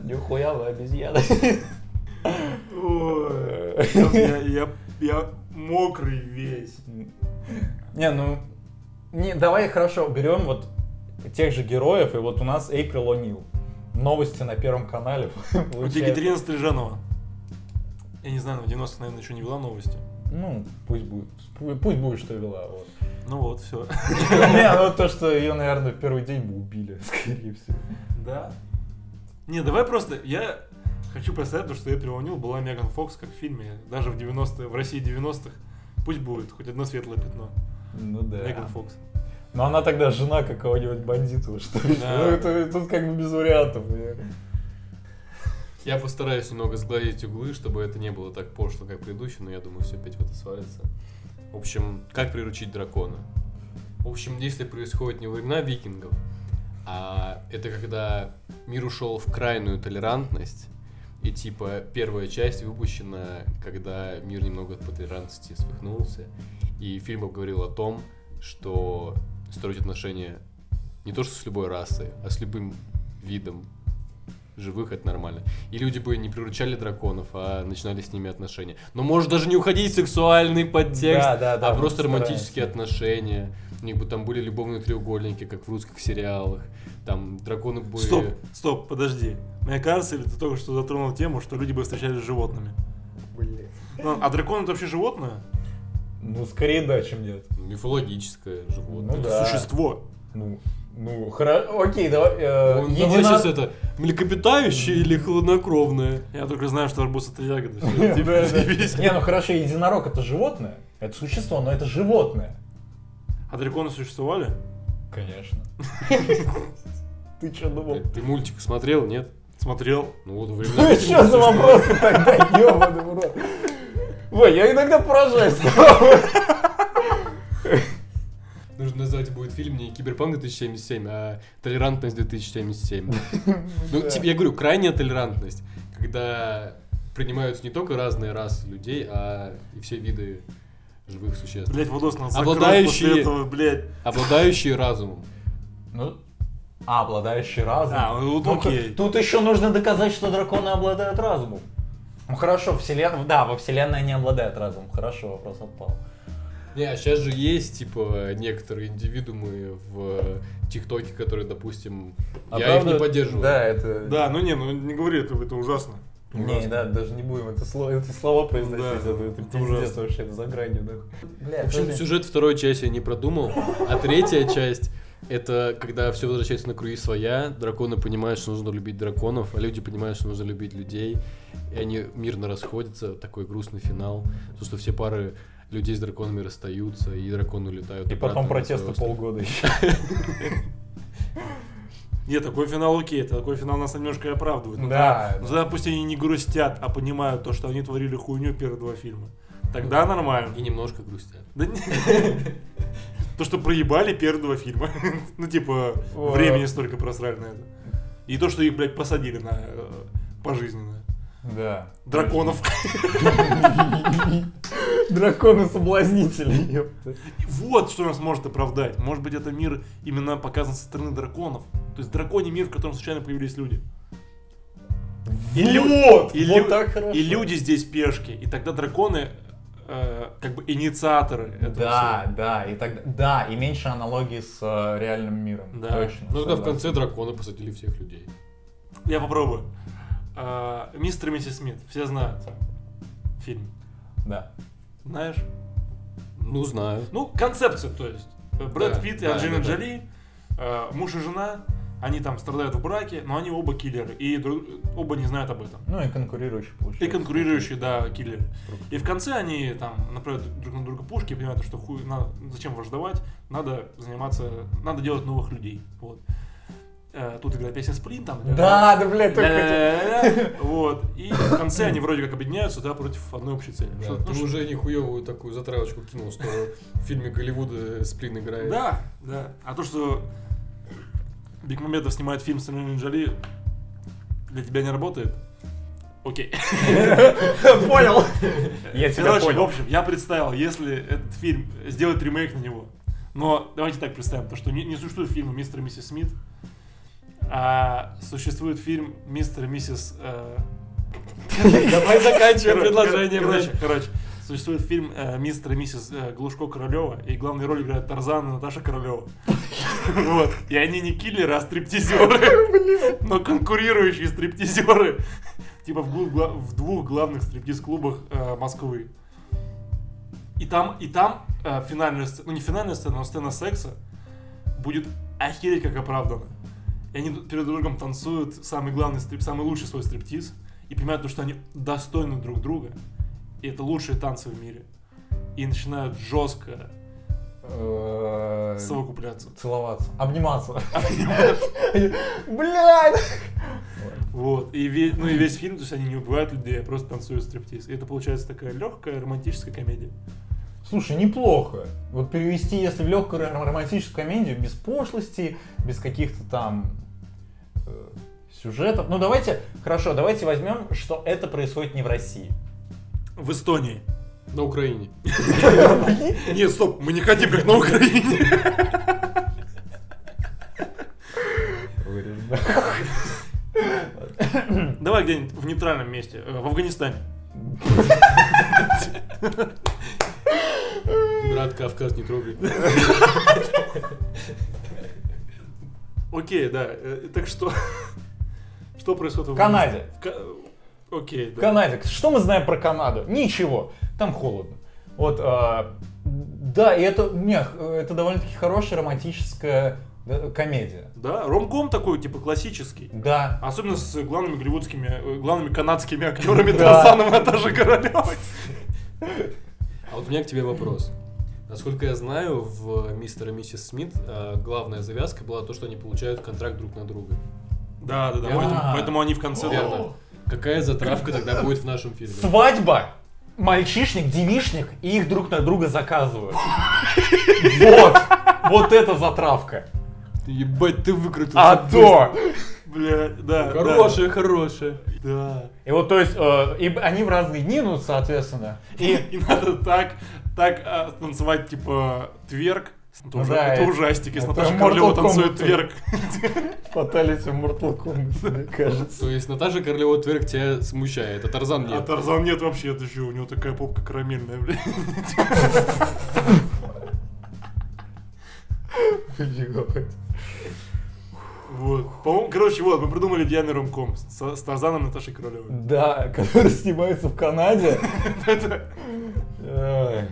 Speaker 2: Нихуя вы обезьяны.
Speaker 1: Ой, Я я- я мокрый весь.
Speaker 2: Не, ну... Не, давай хорошо, берем вот тех же героев, и вот у нас Эйприл О'Нил. Новости на Первом канале.
Speaker 1: Вот Екатерина Стрижанова. Я не знаю, на 90 наверное, еще не вела новости.
Speaker 2: Ну, пусть будет. Пу- Пусть будет, что вела. Вот.
Speaker 1: Ну вот, все.
Speaker 2: Не, ну то, что ее, наверное, в первый день бы убили, скорее всего.
Speaker 1: Да. Не, давай просто, я хочу представить, то, что Эйприл О'Нил была Меган Фокс, как в фильме, даже в 90 в России 90-х. Пусть будет хоть одно светлое пятно.
Speaker 2: Ну
Speaker 1: Меган
Speaker 2: да.
Speaker 1: Фокс.
Speaker 2: Но она тогда жена какого-нибудь бандита, что ли.
Speaker 1: Да.
Speaker 2: Ну, это- тут как бы без вариантов. я-
Speaker 3: Я постараюсь немного сгладить углы, чтобы это не было так пошло, как предыдущий, но я думаю, все опять в это свалится. В общем, как приручить дракона? В общем, действие происходит не во времена викингов, а это когда мир ушел в крайную толерантность, и типа первая часть выпущена, когда мир немного по толерантности свихнулся, и фильм говорил о том, что строить отношения не то что с любой расой, а с любым видом живых это нормально. И люди бы не приручали драконов, а начинали с ними отношения. Но может даже не уходить в сексуальный подтекст,
Speaker 2: Да, да, да,
Speaker 3: а
Speaker 2: мы
Speaker 3: просто романтические
Speaker 2: стараемся.
Speaker 3: отношения. У них бы там были любовные треугольники, как в русских сериалах. Там драконы бы...
Speaker 1: Стоп, стоп, подожди. Мне кажется, или ты только что затронул тему, что люди бы встречались с животными.
Speaker 2: Блин.
Speaker 1: Ну, А дракон это вообще животное?
Speaker 2: Ну, скорее да, чем нет.
Speaker 3: Мифологическое животное.
Speaker 2: Ну
Speaker 1: Это
Speaker 2: Да.
Speaker 1: существо.
Speaker 2: Ну, ну, хоро... окей, давай. э,
Speaker 3: Он-
Speaker 2: едино-
Speaker 3: Ну, Давай сейчас это, млекопитающее или хладнокровное?
Speaker 1: Я только знаю, что арбуз это ягода.
Speaker 2: Да,
Speaker 1: Всё, типа,
Speaker 2: да.
Speaker 1: тебе-
Speaker 2: Не, ну хорошо, единорог это животное, это существо, но это животное.
Speaker 1: А драконы существовали?
Speaker 2: Конечно. Ты что думал?
Speaker 3: Э, Ты мультик смотрел, нет?
Speaker 1: Смотрел.
Speaker 3: Ну вот
Speaker 2: Ну и
Speaker 3: времена.
Speaker 2: что за вопросы тогда, ёбаный в рот? Ой, я иногда поражаюсь.
Speaker 3: Нужно назвать будет фильм не Киберпанк 2077, а Толерантность 2077. Ну,
Speaker 2: Да.
Speaker 3: типа, я говорю, крайняя толерантность, когда принимаются не только разные расы людей, а и все виды живых существ,
Speaker 1: Блять, Владос нас
Speaker 3: Обладающие-
Speaker 1: после этого, блядь.
Speaker 3: обладающие разумом.
Speaker 2: Ну, а, обладающий разумом.
Speaker 1: А, ну,
Speaker 2: Ну,
Speaker 1: окей.
Speaker 2: х- Тут еще нужно доказать, что драконы обладают разумом. Ну хорошо, вселенная, да, во вселенной они обладают разумом. Хорошо, вопрос отпал.
Speaker 3: Не, а сейчас же есть, типа, некоторые индивидуумы в ТикТоке, которые, допустим, я их не
Speaker 2: Оправдывает-
Speaker 3: поддерживаю.
Speaker 2: А Да, это...
Speaker 1: Да, ну не, ну не говори этого, это ужасно.
Speaker 2: Не, да, даже не будем это слово, это слова произносить,
Speaker 1: Да,
Speaker 2: это, это,
Speaker 1: это
Speaker 2: пиздец
Speaker 1: ужасно.
Speaker 2: вообще, это за гранью, да. Бля,
Speaker 3: В общем, сюжет второй части я не продумал, а третья часть это когда все возвращается на круиз своя, драконы понимают, что нужно любить драконов, а люди понимают, что нужно любить людей, и они мирно расходятся, такой грустный финал, то, что все пары людей с драконами расстаются, и драконы улетают.
Speaker 2: И потом протесты
Speaker 3: полгода.
Speaker 2: полгода еще.
Speaker 1: Не, такой финал окей, такой финал нас немножко и оправдывает. Ну,
Speaker 2: Да.
Speaker 1: Ну, тогда пусть они не грустят, а понимают то, что они творили хуйню первые два фильма. Тогда нормально.
Speaker 3: И немножко грустят.
Speaker 1: Да не... То, что проебали первые два фильма. Ну, типа,
Speaker 2: О.
Speaker 1: времени столько просрали на это. И то, что их, блядь, посадили на э, пожизненное.
Speaker 2: Да.
Speaker 1: Драконов.
Speaker 2: Драконы-соблазнители, ёпта.
Speaker 1: Вот что нас может оправдать. Может быть, это мир именно показан со стороны драконов. То есть драконий мир, в котором случайно появились люди.
Speaker 2: Вот!
Speaker 1: и
Speaker 2: Вот
Speaker 1: лю-
Speaker 2: так хорошо.
Speaker 1: И люди здесь пешки. И тогда драконы э, как бы инициаторы этого
Speaker 2: Да,
Speaker 1: всего.
Speaker 2: да, и тогда, да, и меньше аналогий с э, реальным миром.
Speaker 1: Да.
Speaker 2: Точно.
Speaker 3: Ну тогда в
Speaker 2: согласен.
Speaker 3: конце драконы посадили всех людей.
Speaker 1: Я попробую. А, Мистер и миссис Смит. Все знают фильм.
Speaker 2: Да.
Speaker 1: Знаешь?
Speaker 3: Ну, знаю.
Speaker 1: Ну, концепцию, то есть. Э, Брэд
Speaker 3: Да,
Speaker 1: Питт и
Speaker 3: да,
Speaker 1: Анджелина
Speaker 3: да, да.
Speaker 1: Джоли, э, муж и жена, они там страдают в браке, но они оба киллеры, и друг- оба не знают об этом.
Speaker 2: Ну и конкурирующий получается.
Speaker 1: И конкурирующие, да, киллеры. И в конце они там направляют друг на друга пушки и понимают, что хуй, на- зачем враждовать, надо заниматься, надо делать новых людей. Вот. Э, Тут играет песня «Сплин», там...
Speaker 2: Да, да, блядь, только... эти-
Speaker 1: Ля-ля-ля-ля-ля. Вот. И в конце они вроде как объединяются, да, против одной общей цели.
Speaker 3: Да,
Speaker 1: Что-
Speaker 3: ты
Speaker 1: ну, что-
Speaker 3: уже нихуевую такую затравочку кинул, что в фильме Голливуда Сплин играет.
Speaker 1: Да, да. А то, что Бекмамедов снимает фильм с Анджелиной Джоли, для тебя не работает? Окей.
Speaker 2: Понял. Я тебя
Speaker 1: Короче, в
Speaker 2: понял.
Speaker 1: общем, я представил, если этот фильм сделать ремейк на него. Но давайте так представим, то что не, не существует фильма «Мистер и миссис Смит», а существует фильм «Мистер и миссис...» э,
Speaker 3: Давай заканчиваем
Speaker 1: Короче,
Speaker 3: предложение,
Speaker 1: Короче,
Speaker 3: блядь.
Speaker 1: короче, существует фильм э, «Мистер и миссис э, Глушко Королева», и главную роль играет Тарзан и Наташа Королева. Вот. И они не киллеры, а стриптизеры. Но конкурирующие стриптизеры. Типа в, гу- гла- в двух главных стриптиз-клубах э, Москвы. И там, и там э, финальная сцена, ну не финальная сцена, но сцена секса будет охереть как оправдана. И они тут перед другом танцуют самый главный стрип, самый лучший свой стриптиз и понимают то, что они достойны друг друга. И это лучшие танцы в мире. И начинают жестко
Speaker 2: Э,
Speaker 1: совокупляться.
Speaker 2: Целоваться. Обниматься. Блядь!
Speaker 1: Вот. И весь, ну и весь фильм, то есть они не убивают людей, а просто танцуют стриптиз. И это получается такая легкая романтическая комедия.
Speaker 2: Слушай, неплохо. Вот перевести, если в легкую ром- романтическую комедию, без пошлости, без каких-то там э, сюжетов. Ну давайте, хорошо, давайте возьмем, что это происходит не в России.
Speaker 1: В Эстонии.
Speaker 3: На Украине.
Speaker 1: Нет, стоп, мы не хотим как на Украине. Давай где-нибудь в нейтральном месте, э, в Афганистане.
Speaker 3: Брат Кавказ не трогай.
Speaker 1: Окей, да. э, Так что... Что происходит в
Speaker 2: В Канаде.
Speaker 1: Афганистане? В Ка- э, Окей,
Speaker 2: В
Speaker 1: да.
Speaker 2: Канаде. Что мы знаем про Канаду? Ничего. Там холодно. Вот, а, да, и это, не, э, это довольно-таки хорошая романтическая э, комедия.
Speaker 1: Да, ромком такой, типа, классический.
Speaker 2: Да.
Speaker 1: Особенно с главными голливудскими, э, главными канадскими актерами
Speaker 2: Да.
Speaker 1: Тарзаном а и Наташей Королевой.
Speaker 3: А вот у меня к тебе вопрос. Насколько я знаю, в «Мистер и миссис Смит» э, главная завязка была то, что они получают контракт друг на друга.
Speaker 1: Да, да, да.
Speaker 3: Верно.
Speaker 1: Поэтому, поэтому они в конце...
Speaker 3: Верно. Какая затравка тогда будет в нашем фильме?
Speaker 2: Свадьба! Мальчишник, демишник, и их друг на друга заказывают. Вот! Вот это затравка.
Speaker 3: Ебать, ты выкрутился.
Speaker 2: А то!
Speaker 1: Бля, да.
Speaker 3: Хорошая, хорошая.
Speaker 1: Да.
Speaker 2: И вот, то есть, э, и они в разные дни, ну, соответственно.
Speaker 1: да. И, и надо так, так а, танцевать, типа, тверк. Это,
Speaker 2: Ну
Speaker 1: уже,
Speaker 2: да,
Speaker 1: это
Speaker 2: это-
Speaker 1: ужастик, если
Speaker 2: это
Speaker 1: Наташа
Speaker 2: Mortal
Speaker 1: Королева танцует
Speaker 2: Kombat.
Speaker 1: тверк.
Speaker 2: Фаталити в Mortal Kombat, мне кажется.
Speaker 3: То есть Наташа Королева Тверк тебя смущает, а Тарзан
Speaker 1: А
Speaker 3: нет.
Speaker 1: Тарзан нет вообще, это что, у него такая попка карамельная, бля. Вот. По-моему, короче, вот, мы придумали идеальный ромком с, с Тарзаном Наташей Королевой.
Speaker 2: Да, который снимается в Канаде.
Speaker 1: Это-
Speaker 2: Ой.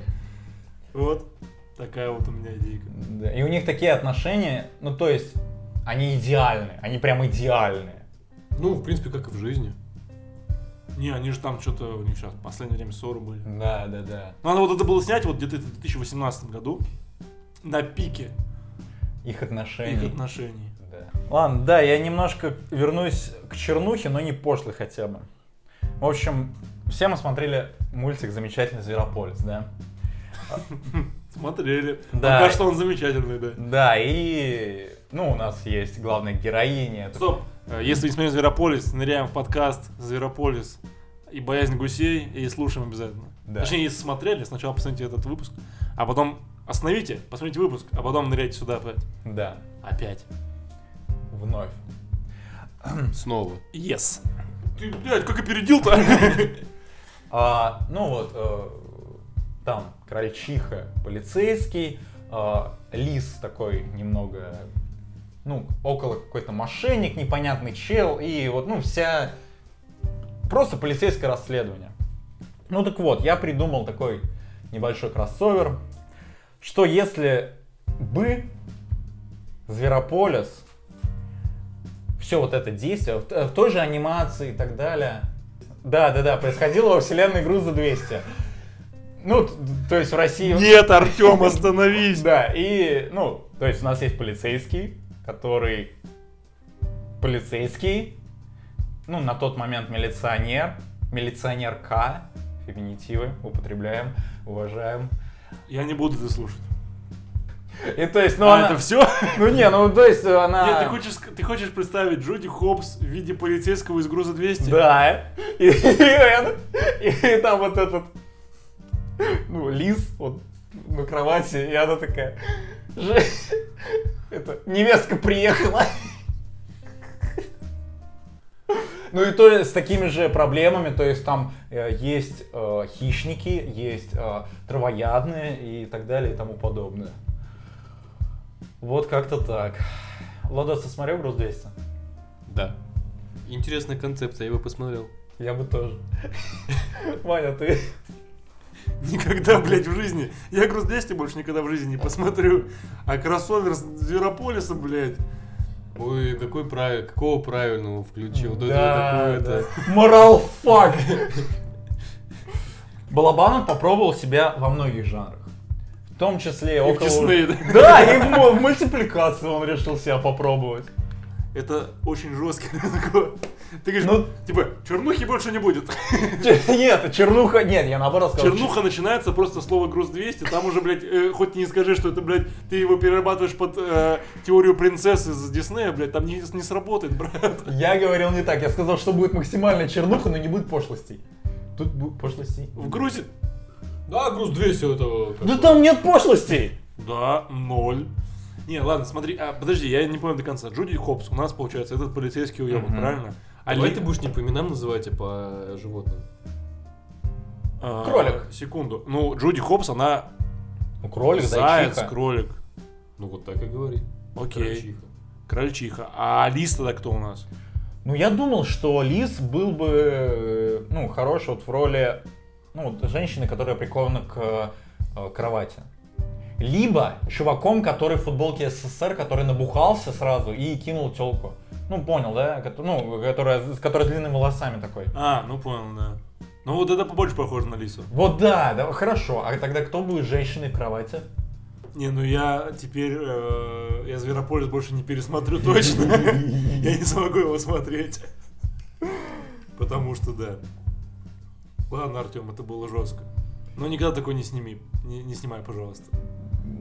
Speaker 1: Вот. Такая вот у меня идейка.
Speaker 2: Да, И у них такие отношения, ну, то есть, они идеальны, они прям идеальные.
Speaker 3: Ну, в принципе, как и в жизни.
Speaker 1: Не, они же там что-то, у них сейчас в последнее время ссоры были. Ну,
Speaker 2: Да, да, да.
Speaker 1: Надо вот это было снять вот где-то это в 2018 году. На пике
Speaker 2: Их отношения.
Speaker 1: их отношений.
Speaker 2: Ладно, да, я немножко вернусь к чернухе, но не пошлой хотя бы. В общем, все мы смотрели мультик «Замечательный Зверополис», да?
Speaker 1: Смотрели.
Speaker 2: Да.
Speaker 1: Пока что он замечательный, да.
Speaker 2: Да, и... Ну, у нас есть главная героиня. это-
Speaker 1: Стоп. Э, Если не смотрели Зверополис, ныряем в подкаст Зверополис и Боязнь гусей и слушаем обязательно.
Speaker 2: Да.
Speaker 1: Точнее, если смотрели, сначала посмотрите этот выпуск, а потом остановите, посмотрите выпуск, а потом ныряйте сюда опять.
Speaker 2: Да,
Speaker 1: Опять.
Speaker 2: вновь.
Speaker 3: Снова.
Speaker 1: Yes. Ты, блядь, как опередил-то?
Speaker 2: А, ну вот, э, там крольчиха, полицейский, э, лис такой немного, ну, около какой-то мошенник, непонятный чел, и вот, ну, вся... Просто полицейское расследование. Ну так вот, я придумал такой небольшой кроссовер, что если бы Зверополис, все вот это действие, в т- в той же анимации и так далее, да, да, да, происходило во вселенной Груза 200. Ну, т- то есть в России...
Speaker 1: Нет, Артем, остановись.
Speaker 2: Да, и, ну, то есть у нас есть полицейский, который полицейский, ну, на тот момент милиционер, милиционерка, феминитивы употребляем, уважаем.
Speaker 1: Я не буду это слушать.
Speaker 2: И то есть, ну,
Speaker 1: а
Speaker 2: она...
Speaker 1: это все?
Speaker 2: Ну, не, ну, то есть она...
Speaker 1: Нет, ты хочешь, ск- ты хочешь представить Джуди Хопс в виде полицейского из груза 200?
Speaker 2: Типа. Да. И, и- и там вот этот, ну, лис, вот на кровати, и она такая, «Ж- это, невестка приехала. Ну и то есть с такими же проблемами, то есть там э, есть э, хищники, есть э, травоядные и так далее и тому подобное. Вот как-то так. Ладос, ты смотрел груз 200?
Speaker 3: Да. Интересная концепция, я его посмотрел.
Speaker 2: Я бы тоже. Ваня, ты...
Speaker 1: Никогда, блядь, в жизни. Я груз 200 больше никогда в жизни не посмотрю. А кроссовер с Зверополиса, блядь.
Speaker 3: Ой, какой правильный, какого правильного включил? Да,
Speaker 2: Да,
Speaker 3: это
Speaker 2: да.
Speaker 3: какое-то.
Speaker 2: Морал фак. Балабанов попробовал себя во многих жанрах. В том числе
Speaker 1: в
Speaker 2: около...
Speaker 1: Дисней, да?
Speaker 2: Да, и в му- в мультипликации он решил себя попробовать.
Speaker 1: Это очень жестко. такое. Ты говоришь,
Speaker 2: Ну-
Speaker 1: типа, чернухи больше не будет.
Speaker 2: Че- Нет, чернуха... Нет, я наоборот сказал.
Speaker 1: Чернуха начинается просто слово груз 200. Там уже, блядь, э, хоть не скажи, что это, блядь, ты его перерабатываешь под э, теорию принцессы из Диснея, блядь, там не, не сработает, брат.
Speaker 2: Я говорил не так, я сказал, что будет максимальная чернуха, но не будет пошлостей. Тут будет пошлостей.
Speaker 1: В Грузии...
Speaker 3: Да, груз 200 этого. как
Speaker 2: Да
Speaker 3: бы.
Speaker 2: там нет пошлостей!
Speaker 1: Да, ноль. Не, ладно, смотри, а, подожди, я не понял до конца. Джуди Хопс, у нас получается этот полицейский уебок,
Speaker 2: Мгм.
Speaker 1: правильно? А
Speaker 3: Давай
Speaker 1: Ли-
Speaker 3: ты будешь не по именам называть, а по животным.
Speaker 1: а,
Speaker 2: кролик.
Speaker 1: Секунду. Ну, Джуди Хопс, она
Speaker 2: Ну, кролик,
Speaker 1: заяц,
Speaker 2: зайчиха.
Speaker 1: кролик.
Speaker 3: Ну вот так и говори.
Speaker 1: Окей.
Speaker 3: Крольчиха.
Speaker 1: Крольчиха. А Алиса-то кто у нас?
Speaker 2: Ну, я думал, что Лис был бы, э, ну, хорош вот в роли, ну, вот женщины, которая прикована к э, кровати. Либо чуваком, который в футболке СССР, который набухался сразу и кинул телку. Ну, понял, да? Кото- Ну, которая, с- которая с длинными волосами такой.
Speaker 1: А, ну понял, да. Ну вот это больше похоже на лису.
Speaker 2: Вот да, да, хорошо. А тогда кто будет женщиной в кровати?
Speaker 1: Не, ну я теперь... э, я Зверополис больше не пересмотрю точно. Я не смогу его смотреть. Потому что да. Ладно, Артем, это было жестко. Но никогда такое не сними. Не, не снимай, пожалуйста.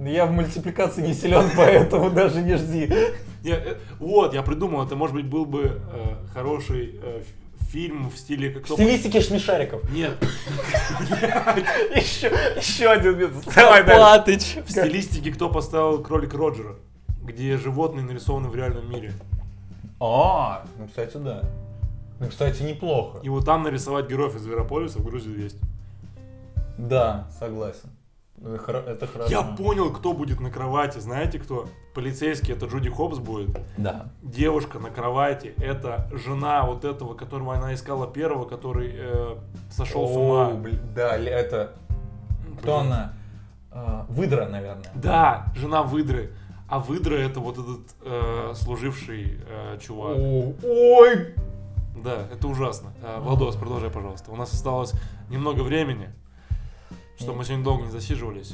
Speaker 2: Я в мультипликации не силен, поэтому даже не жди.
Speaker 1: Не, э, вот, я придумал, это может быть был бы э, хороший э, ф- фильм в стиле как
Speaker 2: В
Speaker 1: кто-
Speaker 2: стилистике шмишариков.
Speaker 1: Нет,
Speaker 2: Еще, еще один минус. Давай, давай.
Speaker 3: Платыч.
Speaker 1: в стилистике кто поставил кролик Роджера, где животные нарисованы в реальном мире.
Speaker 2: А, ну, кстати, да. Ну, кстати, неплохо.
Speaker 1: И вот там нарисовать героев из Зверополиса в Грузии есть.
Speaker 2: Да, согласен. Это хоро- это хорошо.
Speaker 1: Я понял, кто будет на кровати. Знаете кто? Полицейский это Джуди Хопс будет.
Speaker 2: Да.
Speaker 1: Девушка на кровати это жена вот этого, которого она искала первого, который э, сошел с
Speaker 2: О,
Speaker 1: ума.
Speaker 2: бл- Да, ли- это... Кто
Speaker 1: Блин.
Speaker 2: она? А, Выдра, наверное.
Speaker 1: Да, жена выдры. А выдра это вот этот э, служивший э, чувак.
Speaker 2: О, Ой!
Speaker 1: Да, это ужасно. Э, Владос, продолжай, пожалуйста. У нас осталось немного времени, что мы сегодня долго не засиживались.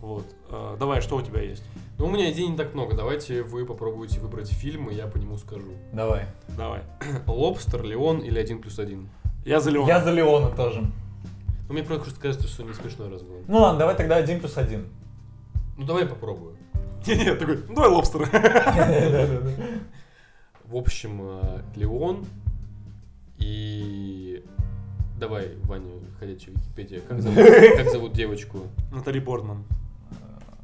Speaker 1: Вот. Э, Давай, что у тебя есть?
Speaker 3: Ну, у меня идей не так много. Давайте вы попробуйте выбрать фильм, и я по нему скажу.
Speaker 2: Давай.
Speaker 1: Давай.
Speaker 3: Лобстер, Леон или один плюс один?
Speaker 1: Я за Леона.
Speaker 2: Я за Леона тоже.
Speaker 3: Ну, мне просто кажется, что не смешной раз было.
Speaker 2: Ну ладно, давай тогда один плюс один.
Speaker 3: Ну, давай попробую.
Speaker 1: Не-не, такой, ну давай лобстер.
Speaker 3: В общем, э, Леон и... Давай, Ваня, ходячая Википедия, как зовут, как зовут девочку?
Speaker 1: Натали Портман.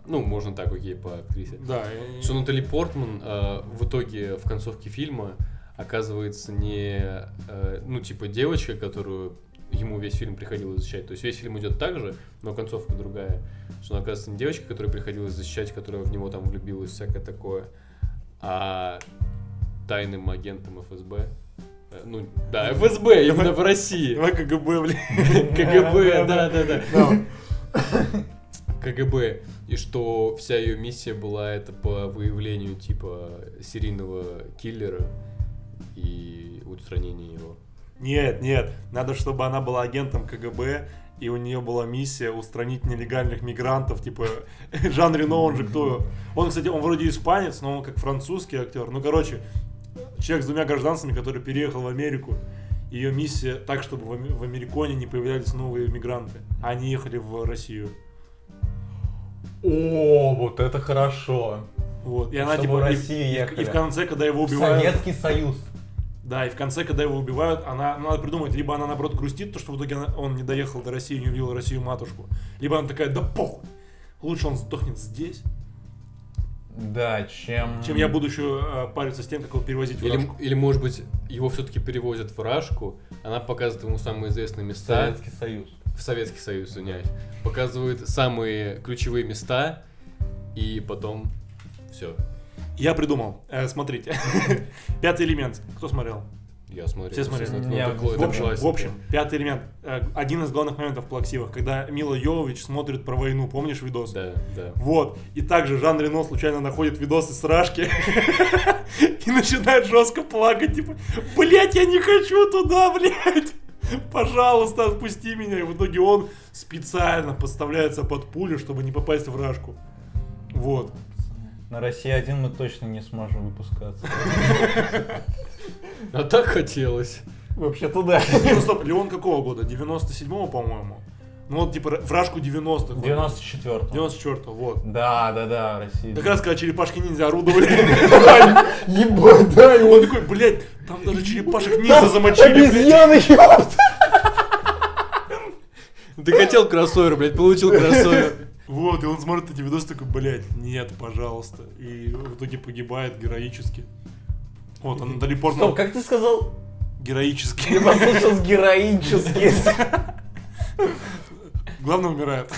Speaker 3: Ну, можно так, окей, по актрисе.
Speaker 1: Да. и-
Speaker 3: Что Натали Портман э, в итоге в концовке фильма оказывается не, э, ну, типа девочка, которую ему весь фильм приходилось защищать. То есть весь фильм идет так же, но концовка другая. Что она оказывается не девочка, которую приходилось защищать, которая в него там влюбилась, всякое такое, а тайным агентом ФСБ. Э, Ну, да, ФСБ, именно в России.
Speaker 1: Давай КГБ, блин.
Speaker 3: КГБ, да, да, да. КГБ, и что вся ее миссия была это по выявлению типа серийного киллера и устранению его.
Speaker 1: Нет, нет. Надо, чтобы она была агентом КГБ, и у нее была миссия устранить нелегальных мигрантов, типа Жан Рено, он же кто? Он, кстати, он вроде испанец, но он как французский актер. Ну, короче, человек с двумя гражданствами, который переехал в Америку. Ее миссия так, чтобы в Ами- в Америконе не появлялись новые мигранты. а Они ехали в Россию.
Speaker 2: О, вот это хорошо.
Speaker 1: Вот. И она
Speaker 2: Чтобы
Speaker 1: типа
Speaker 2: в
Speaker 1: и-
Speaker 2: Россию
Speaker 1: и, в- и
Speaker 2: ехали.
Speaker 1: в конце, когда его убивают.
Speaker 2: Советский Союз.
Speaker 1: Да, и в конце, когда его убивают, она ну, надо придумать, либо она наоборот грустит, то что в итоге она- он не доехал до России, не увидел Россию матушку, либо она такая, да похуй, лучше он сдохнет здесь,
Speaker 2: Да, чем...
Speaker 1: чем я буду еще э, париться с тем, как его перевозить в
Speaker 3: Или,
Speaker 1: Рашку».
Speaker 3: или, может быть, его все-таки перевозят в Рашку, она показывает ему самые известные места
Speaker 2: Советский Союз.
Speaker 3: в Советский Союз, извиняюсь, показывает самые ключевые места, и потом все.
Speaker 1: Я придумал, Э, смотрите, пятый элемент, кто смотрел?
Speaker 3: Я смотрел.
Speaker 1: Все смотрели.
Speaker 3: естественно,
Speaker 2: Я-
Speaker 3: это было-
Speaker 1: В
Speaker 3: это
Speaker 1: общем,
Speaker 3: классика.
Speaker 1: в общем, пятый элемент, Э, один из главных моментов в плаксивах, когда Мила Йовович смотрит про войну, помнишь видос?
Speaker 3: Да, да.
Speaker 1: Вот. И также Жан Рено случайно находит видосы с Рашки и начинает жестко плакать, типа, блять, я не хочу туда, блять. Пожалуйста, отпусти меня. И в итоге он специально подставляется под пулю, чтобы не попасть в Рашку. Вот.
Speaker 2: На России один мы точно не сможем выпускаться.
Speaker 3: А так хотелось.
Speaker 2: Вообще туда.
Speaker 1: Ну, стоп, Леон какого года? 97-го, по-моему. Ну вот, типа, в Рашку 90-х.
Speaker 2: 94
Speaker 1: 94-го, вот.
Speaker 2: Да, да, да, Россия.
Speaker 1: Как раз когда черепашки ниндзя орудовали.
Speaker 2: Ебать, да,
Speaker 1: И он такой, блядь, там даже черепашек ниндзя замочили, блядь.
Speaker 2: Обезьяны, ёпта!
Speaker 3: Ты хотел кроссовер, блядь, получил кроссовер.
Speaker 1: Вот, и он смотрит эти видосы такой, блядь, нет, пожалуйста. И в итоге погибает героически. Вот, он Натали Портман
Speaker 2: Стоп, Ну, как ты сказал?
Speaker 1: героически.
Speaker 2: Я послушал с героически.
Speaker 1: Главное, умирает.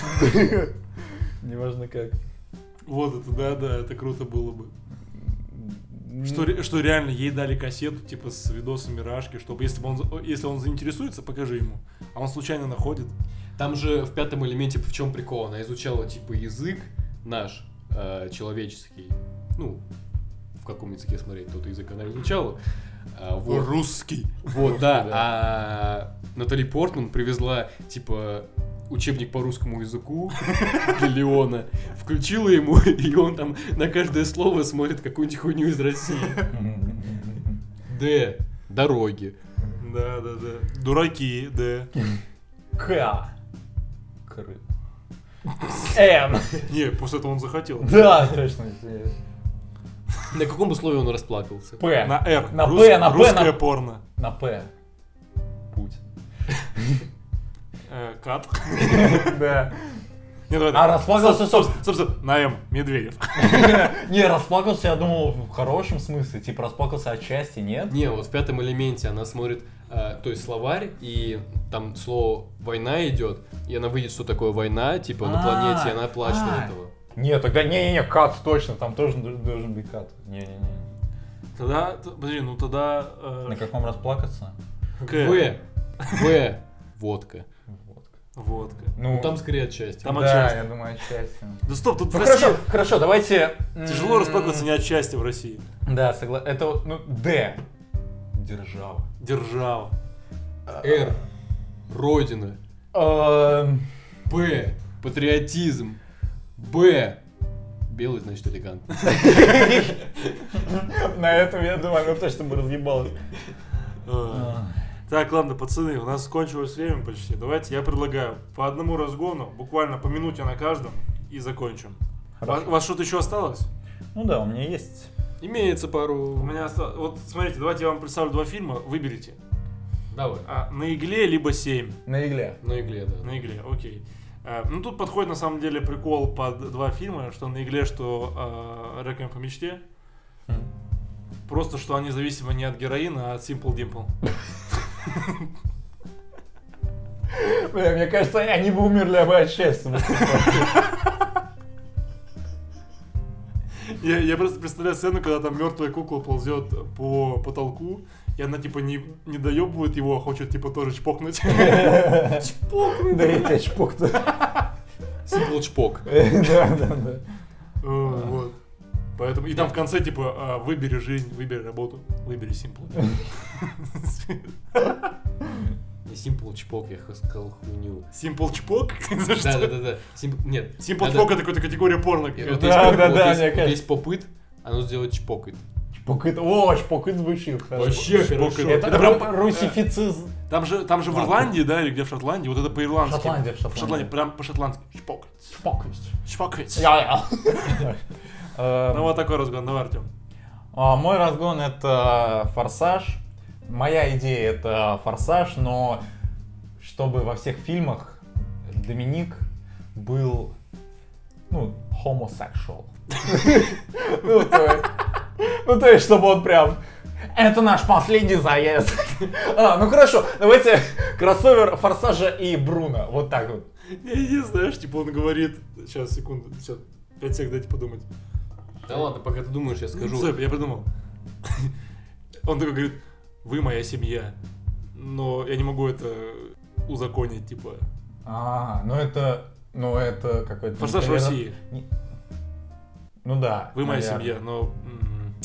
Speaker 2: Неважно как.
Speaker 1: Вот это, да-да, это круто было бы. Что, ре- что реально ей дали кассету, типа, с видосами Рашки, чтобы, если, бы он, за- если он заинтересуется, покажи ему. А он случайно находит.
Speaker 3: Там же в пятом элементе в чем прикол? Она изучала типа язык наш э, человеческий, ну в каком языке смотреть тот язык она изучала. А, вот.
Speaker 1: Русский.
Speaker 3: Вот, да. А Натали Портман привезла, типа, учебник по русскому языку для Леона, включила ему, и он там на каждое слово смотрит какую-нибудь хуйню из России. Д. Дороги.
Speaker 1: Да, да, да. Дураки, да.
Speaker 2: К. Кры. М.
Speaker 1: Не, после этого он захотел.
Speaker 2: Да, точно. э,
Speaker 3: На каком условии он расплакался?
Speaker 2: П.
Speaker 1: На Р.
Speaker 2: На П,
Speaker 1: Рус-
Speaker 2: на П,
Speaker 1: Русское
Speaker 2: на-
Speaker 1: порно.
Speaker 2: На П. Путин.
Speaker 1: Э, Кат.
Speaker 2: Да.
Speaker 1: Не, давай,
Speaker 2: А
Speaker 1: давай.
Speaker 2: расплакался,
Speaker 1: Стоп,
Speaker 2: собственно.
Speaker 1: стоп, стоп, стоп. На М. Медведев.
Speaker 2: Не, расплакался, я думал, в хорошем смысле. Типа расплакался от счастья, нет?
Speaker 3: Не, вот в пятом элементе она смотрит, э, то есть словарь, и там слово война идет, и она видит, что такое война, типа на
Speaker 2: А,
Speaker 3: планете, и она плачет
Speaker 2: а.
Speaker 3: от этого.
Speaker 2: Не, тогда не-не-не, кат точно, там тоже д- должен быть кат. Не-не-не.
Speaker 1: Тогда, т- подожди, ну тогда... э,
Speaker 2: На каком расплакаться?
Speaker 1: К.
Speaker 3: В. В. Водка.
Speaker 2: Водка.
Speaker 1: Водка.
Speaker 2: Ну,
Speaker 3: Ну там скорее от счастья.
Speaker 1: Там от
Speaker 2: да,
Speaker 1: счастья.
Speaker 2: я думаю, от счастья.
Speaker 1: Да стоп, тут в
Speaker 2: Ну
Speaker 1: России
Speaker 2: хорошо, хорошо, давайте... м,
Speaker 1: тяжело расплакаться не от счастья в России.
Speaker 2: Да, согласен. Это, вот, ну, Д. Держава.
Speaker 1: Держава.
Speaker 3: Р. Родина.
Speaker 2: Эм,
Speaker 3: Б. Патриотизм. Б. Белый, значит, элегант.
Speaker 2: На этом, я думаю, оно точно бы разъебалось.
Speaker 1: Э,
Speaker 2: А.
Speaker 1: Так, ладно, пацаны, у нас кончилось время почти. Давайте я предлагаю по одному разгону, буквально по минуте на каждом, и закончим. Ва- У вас что-то еще осталось?
Speaker 2: Ну да, у меня есть.
Speaker 3: Имеется пару...
Speaker 1: У меня осталось. Вот смотрите, давайте я вам представлю два фильма, выберите.
Speaker 3: Давай.
Speaker 1: А, на игле либо 7.
Speaker 2: На игле.
Speaker 3: На игле, да.
Speaker 1: На игле, окей. Э, Ну тут подходит на самом деле прикол под два фильма, что на игле, что э, Реквием по мечте.
Speaker 2: Хм.
Speaker 1: Просто что они зависимы не от героина, а от Simple Dimple.
Speaker 2: Бля, мне кажется, они бы умерли бы от счастья.
Speaker 1: Я, я просто представляю сцену, когда там мертвая кукла ползет по потолку, и она типа не, не доебывает его, а хочет типа тоже чпокнуть.
Speaker 2: Чпокнуть. ну, Да я тебя чпокну.
Speaker 3: Симпл чпок.
Speaker 2: Да, да, да. А.
Speaker 1: Э, Вот. Поэтому. И там в конце типа а, выбери жизнь, выбери работу, выбери Simple.
Speaker 3: Не симпл чпок, я х- сказал хуйню.
Speaker 1: Simple чпок? За что?
Speaker 3: Да-да-да. Нет.
Speaker 1: Simple
Speaker 3: надо-
Speaker 1: чпок это какая-то категория порно.
Speaker 3: Нет, вот
Speaker 1: какая-то.
Speaker 2: Да,
Speaker 3: есть-
Speaker 2: да,
Speaker 3: вот
Speaker 2: да,
Speaker 3: есть-
Speaker 2: мне
Speaker 3: вот
Speaker 2: кажется.
Speaker 3: Есть попыт, оно сделает чпокает.
Speaker 2: Чпокыт. О, чпокыт звучит. хорошо.
Speaker 3: Вообще
Speaker 1: Чпок
Speaker 3: хорошо.
Speaker 2: Это
Speaker 1: Это прям-
Speaker 2: ру- русифициз.
Speaker 1: Там же, там же в
Speaker 2: Ладно.
Speaker 1: Ирландии, да, или где в Шотландии, вот это по-ирландски.
Speaker 2: Шотландия, в
Speaker 1: В Шотландии,
Speaker 2: Шотландии.
Speaker 1: прям по-шотландски. Чпок.
Speaker 2: Чпокыт.
Speaker 1: Чпокать.
Speaker 2: Я-я. Э,
Speaker 1: Ну вот такой разгон, давай, Артем.
Speaker 2: А, Мой разгон это форсаж. Моя идея это форсаж, но чтобы во всех фильмах Доминик был, ну, homosexual. Ну, то есть- ну, то есть, чтобы он прям... Это наш последний заезд. А, ну хорошо, давайте кроссовер Форсажа и Бруно. Вот так вот.
Speaker 1: Я не знаешь, типа он говорит... Сейчас, секунду, сейчас, пять секунд дайте подумать. Ну,
Speaker 3: Да ладно, пока ты думаешь, я скажу.
Speaker 1: Сэп, я придумал. Он такой говорит, вы моя семья, но я не могу это узаконить, типа.
Speaker 2: А, ну это... Ну это какой-то...
Speaker 1: Форсаж
Speaker 2: наверно-
Speaker 1: России,
Speaker 2: Ну да.
Speaker 1: вы моя
Speaker 2: наверно.
Speaker 1: семья, но... м,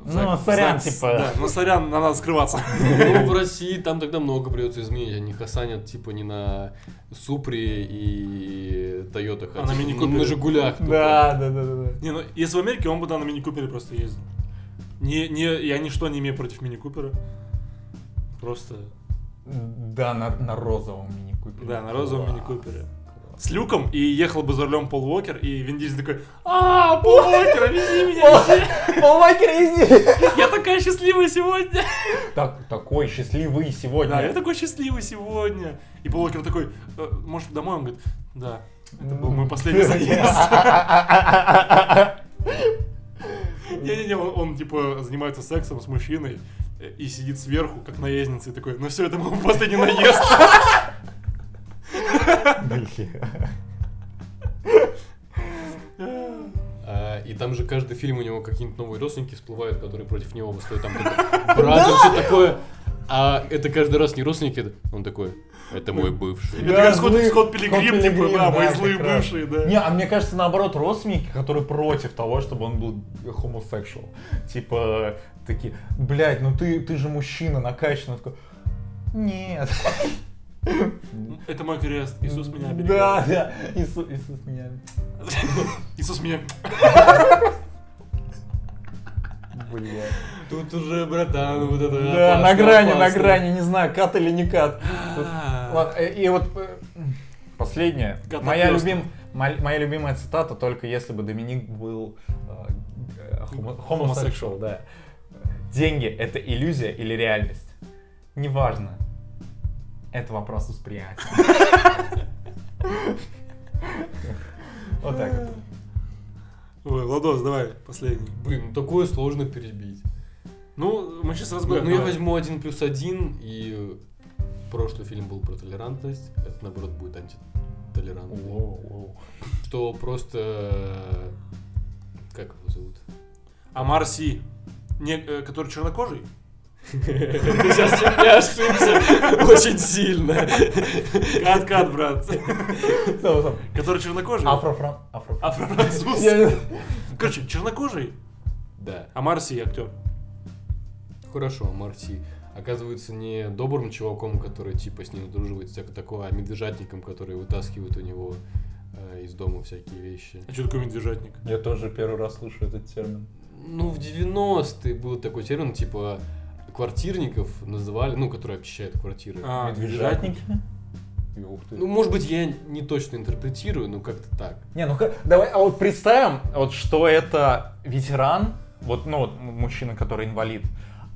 Speaker 2: Ну,
Speaker 1: зак-
Speaker 2: сорян,
Speaker 1: зак-
Speaker 2: типа.
Speaker 1: Да, ну, сорян, на нас скрываться.
Speaker 3: Ну, в России там тогда много придется изменить. Они хасанят, типа, не на Супре и Тойотах, типа,
Speaker 1: А на Мини
Speaker 3: На
Speaker 1: Купере.
Speaker 3: Жигулях.
Speaker 1: Ну,
Speaker 3: тупо.
Speaker 2: Да, да, да, да. да.
Speaker 1: Не, ну, если в Америке, он бы да, на мини-купере просто ездил. Не, не, я ничто не имею против мини-купера. Просто,
Speaker 2: Да, на, на розовом мини-купере.
Speaker 1: да, на розовом
Speaker 2: Класс.
Speaker 1: мини-купере. С люком, и ехал бы за рулем Пол Уокер, и Вин Дизель такой, а Пол Уокер, вези меня, вези!»
Speaker 2: Пол Уокер ездит.
Speaker 1: Я такая счастливая сегодня.
Speaker 2: Так, такой счастливый сегодня.
Speaker 1: Да, я такой счастливый сегодня. И Пол Уокер такой, «Э, может, домой? Он говорит, да, это был мой последний заезд. Не-не-не, он, он, типа занимается сексом с мужчиной э, и сидит сверху, как наездница, и такой, ну все, это мой последний наезд.
Speaker 2: Блин.
Speaker 3: А, И там же каждый фильм у него какие-нибудь новые родственники всплывают, которые против него восстают. Там какой-то брат, все такое. А это каждый раз не родственники, это- он такой, это мой бывший.
Speaker 1: Это как
Speaker 2: злых-
Speaker 1: Скотт- Скотт Пилигрим, типа, да, мои злые
Speaker 2: как раз.
Speaker 1: бывшие, да.
Speaker 2: Не, а мне кажется, наоборот, родственники, которые против того, чтобы он был homosexual. Типа, такие, блядь, ну ты, ты же мужчина, накачанный. Он такой, нет.
Speaker 1: Это мой крест. Иисус меня оберегает.
Speaker 2: Да, да, Иисус, Иисус меня.
Speaker 1: Иисус меня...
Speaker 2: Блядь.
Speaker 3: Тут уже, братан, вот это
Speaker 2: Да,
Speaker 3: опасно,
Speaker 2: на грани, на
Speaker 3: опасно.
Speaker 2: грани, не знаю, кат или не кат. Тут-
Speaker 3: А.
Speaker 2: Ладно, э, И вот э, последнее.
Speaker 1: Катаклизм.
Speaker 2: Моя, любим, мол- моя любимая цитата, только если бы Доминик был э, хомо- хомосексуал, да. Деньги — это иллюзия или реальность? Неважно. Это вопрос восприятия. Вот так вот.
Speaker 1: Ой, Владос, давай, последний.
Speaker 3: Блин, ну такое сложно перебить.
Speaker 1: Ну, мы сейчас
Speaker 3: Ну,
Speaker 1: разберем.
Speaker 3: ну, я возьму один плюс один, и э, прошлый фильм был про толерантность, это наоборот будет антитолерантный. Что просто... э, Как его зовут?
Speaker 1: А Марси, не, э, который чернокожий?
Speaker 3: Ты сейчас я ошибся очень сильно.
Speaker 1: Кат-кат, брат.
Speaker 2: Стоп, стоп.
Speaker 1: Который чернокожий?
Speaker 2: Афрофран... Афро...
Speaker 1: Афрофранцуз.
Speaker 2: Я не-
Speaker 1: Короче, чернокожий,
Speaker 3: Да.
Speaker 1: а Марси актер.
Speaker 3: Хорошо, Марти. Оказывается, не добрым чуваком, который типа с ним друживает, всякое такое, а медвежатником, который вытаскивает у него э, из дома всякие вещи.
Speaker 1: А что такое медвежатник?
Speaker 2: Я тоже первый раз слышу этот термин.
Speaker 3: Ну, в 90-е был такой термин, типа квартирников называли, ну, которые обчищают квартиры.
Speaker 1: А,
Speaker 2: Медвежатники? Ух ты.
Speaker 3: Ну, может быть, я не точно интерпретирую, но как-то так.
Speaker 2: Не, ну ка- давай, а вот представим, вот что это ветеран, вот, ну, вот м- мужчина, который инвалид,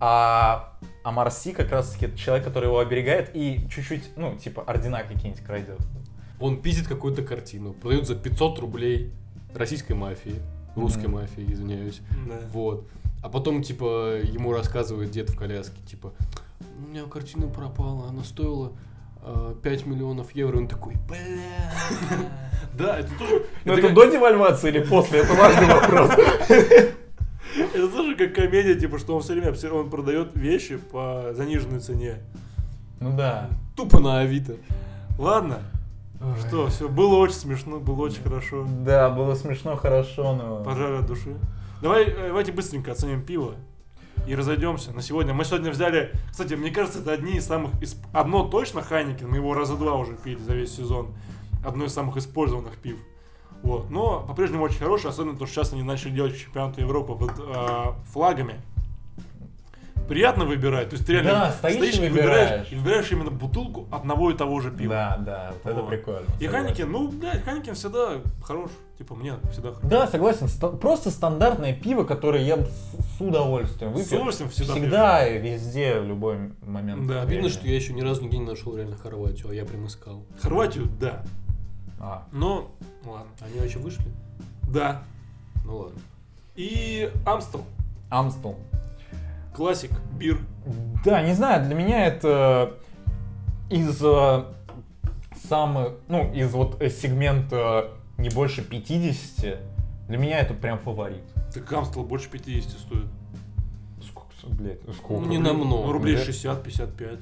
Speaker 2: а, а Марси как раз-таки это человек, который его оберегает и чуть-чуть, ну, типа, ордена какие-нибудь крадет.
Speaker 3: Он пиздит какую-то картину, продает за 500 рублей российской мафии, русской
Speaker 2: Мгм.
Speaker 3: мафии, извиняюсь.
Speaker 1: Да.
Speaker 3: Вот. А потом, типа, ему рассказывает дед в коляске, типа, у меня картина пропала, она стоила э, 5 миллионов евро. И Он такой, бля.
Speaker 1: Да, это тоже, это
Speaker 2: Ну, это
Speaker 1: как-
Speaker 2: до девальвации или после? Это важный вопрос.
Speaker 1: это тоже как комедия, типа, что он все время обсе- он продает вещи по заниженной цене.
Speaker 2: Ну да.
Speaker 3: Тупо на Авито.
Speaker 1: Ладно, что, все, было очень смешно, было очень хорошо.
Speaker 2: Да, было смешно, хорошо, но...
Speaker 1: Пожар от души. Давай, э, давайте быстренько оценим пиво и разойдемся на сегодня. Мы сегодня взяли, кстати, мне кажется, это одни из самых, исп- одно точно Хайникин, мы его раза два уже пили за весь сезон, одно из самых использованных пив. Вот. Но по-прежнему очень хорошее, особенно то, что сейчас они начали делать чемпионат Европы под э, флагами. Приятно выбирать, то есть ты реально
Speaker 2: Да, стоишь и
Speaker 1: и
Speaker 2: выбираешь.
Speaker 1: и выбираешь именно бутылку одного и того же пива.
Speaker 2: Да, да, вот это
Speaker 1: Вот.
Speaker 2: прикольно.
Speaker 1: И
Speaker 2: согласен.
Speaker 1: Хайникин, ну, блядь, Хайникин всегда хорош. Типа, мне всегда хорош.
Speaker 2: Да, согласен. ста- Просто стандартное пиво, которое я бы с с удовольствием
Speaker 1: С
Speaker 2: выпил.
Speaker 1: удовольствием всегда.
Speaker 2: Всегда и везде, в любой м- момент.
Speaker 1: Да,
Speaker 2: времени.
Speaker 3: Обидно, что я еще ни разу нигде не нашел реально Хорватию, а я прям искал.
Speaker 1: пьешь. Хорватию, да.
Speaker 2: А,
Speaker 1: Но, ладно.
Speaker 3: Они вообще вышли?
Speaker 1: Да.
Speaker 3: Ну ладно.
Speaker 1: И Амстел.
Speaker 2: Амстел.
Speaker 1: Классик. Бир.
Speaker 2: Да, не знаю, для меня это из э, самых, ну, из вот э, сегмента не больше 50, для меня это прям фаворит.
Speaker 1: Так Амстел больше 50 стоит.
Speaker 2: Сколько, с- блядь, сколько?
Speaker 3: Ну,
Speaker 1: Рублей-
Speaker 3: не намного,
Speaker 1: ну, рублей
Speaker 3: да?
Speaker 1: 60-55.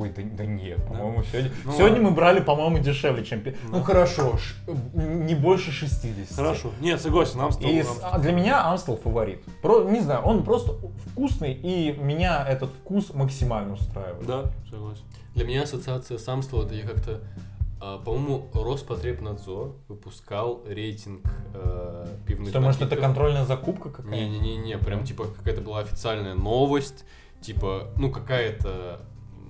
Speaker 2: Ой, да, да нет, по-моему, сегодня...
Speaker 1: Ну
Speaker 2: сегодня
Speaker 1: ладно.
Speaker 2: мы брали, по-моему, дешевле, чем... пи-
Speaker 1: Да.
Speaker 2: Ну, хорошо, ш- не больше 60.
Speaker 1: Хорошо. Нет, согласен, Амстел.
Speaker 2: И с-
Speaker 1: Амстел.
Speaker 2: а, для меня Амстел фаворит. Про, не знаю, он просто вкусный, и меня этот вкус максимально устраивает.
Speaker 1: Да, согласен.
Speaker 3: Для меня ассоциация самства, это я как-то, а, по-моему, Роспотребнадзор выпускал рейтинг э, пивных
Speaker 2: Что, может, это
Speaker 3: напитков.
Speaker 2: контрольная закупка какая-то?
Speaker 3: Не-не-не, прям типа какая-то была официальная новость, типа, ну какая-то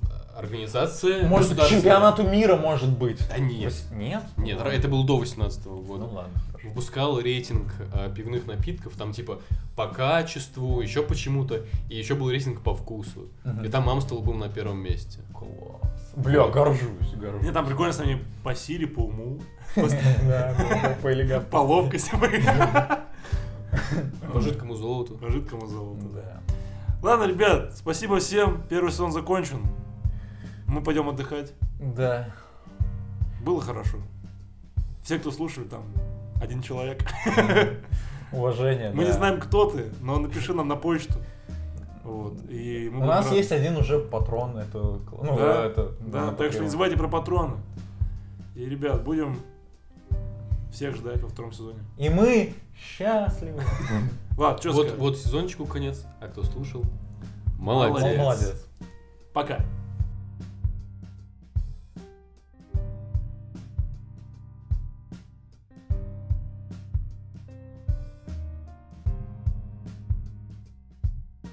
Speaker 3: э, организация.
Speaker 2: Может, к
Speaker 3: государственная.
Speaker 2: чемпионату мира может быть.
Speaker 3: Да нет.
Speaker 2: Вось- Нет?
Speaker 3: Нет,
Speaker 2: Ну,
Speaker 3: это было до 18 года.
Speaker 2: Ну ладно, хорошо.
Speaker 3: Выпускал рейтинг э, пивных напитков, там типа по качеству, еще почему-то, и еще был рейтинг по вкусу.
Speaker 2: Мгм.
Speaker 3: И там Амстел был на первом месте.
Speaker 2: Класс. Бля, горжусь, горжусь.
Speaker 1: Мне там прикольно, что они по силе, по уму,
Speaker 2: Да, да, по элегантно.
Speaker 1: по ловкости,
Speaker 3: По жидкому золоту.
Speaker 1: по жидкому золоту. Ну да.
Speaker 2: Да.
Speaker 1: Ладно, ребят, спасибо всем. Первый сезон закончен. Мы пойдем отдыхать.
Speaker 2: Да.
Speaker 1: Было хорошо. Все, кто слушали, там один человек.
Speaker 2: Уважение.
Speaker 1: Мы не
Speaker 2: да.
Speaker 1: знаем, кто ты, но напиши нам на почту. Вот. И мы
Speaker 2: У
Speaker 1: будем
Speaker 2: нас
Speaker 1: рады.
Speaker 2: есть один уже патрон, это... кл- Ну,
Speaker 1: Да,
Speaker 2: это...
Speaker 1: Да,
Speaker 2: на
Speaker 1: так что
Speaker 2: Patreon.
Speaker 1: не забывайте про патроны. И, ребят, будем всех ждать во втором сезоне.
Speaker 2: И мы счастливы.
Speaker 1: Ладно, что
Speaker 3: Вот, вот сезончику конец, а кто слушал, молодец.
Speaker 2: Молодец.
Speaker 1: Пока.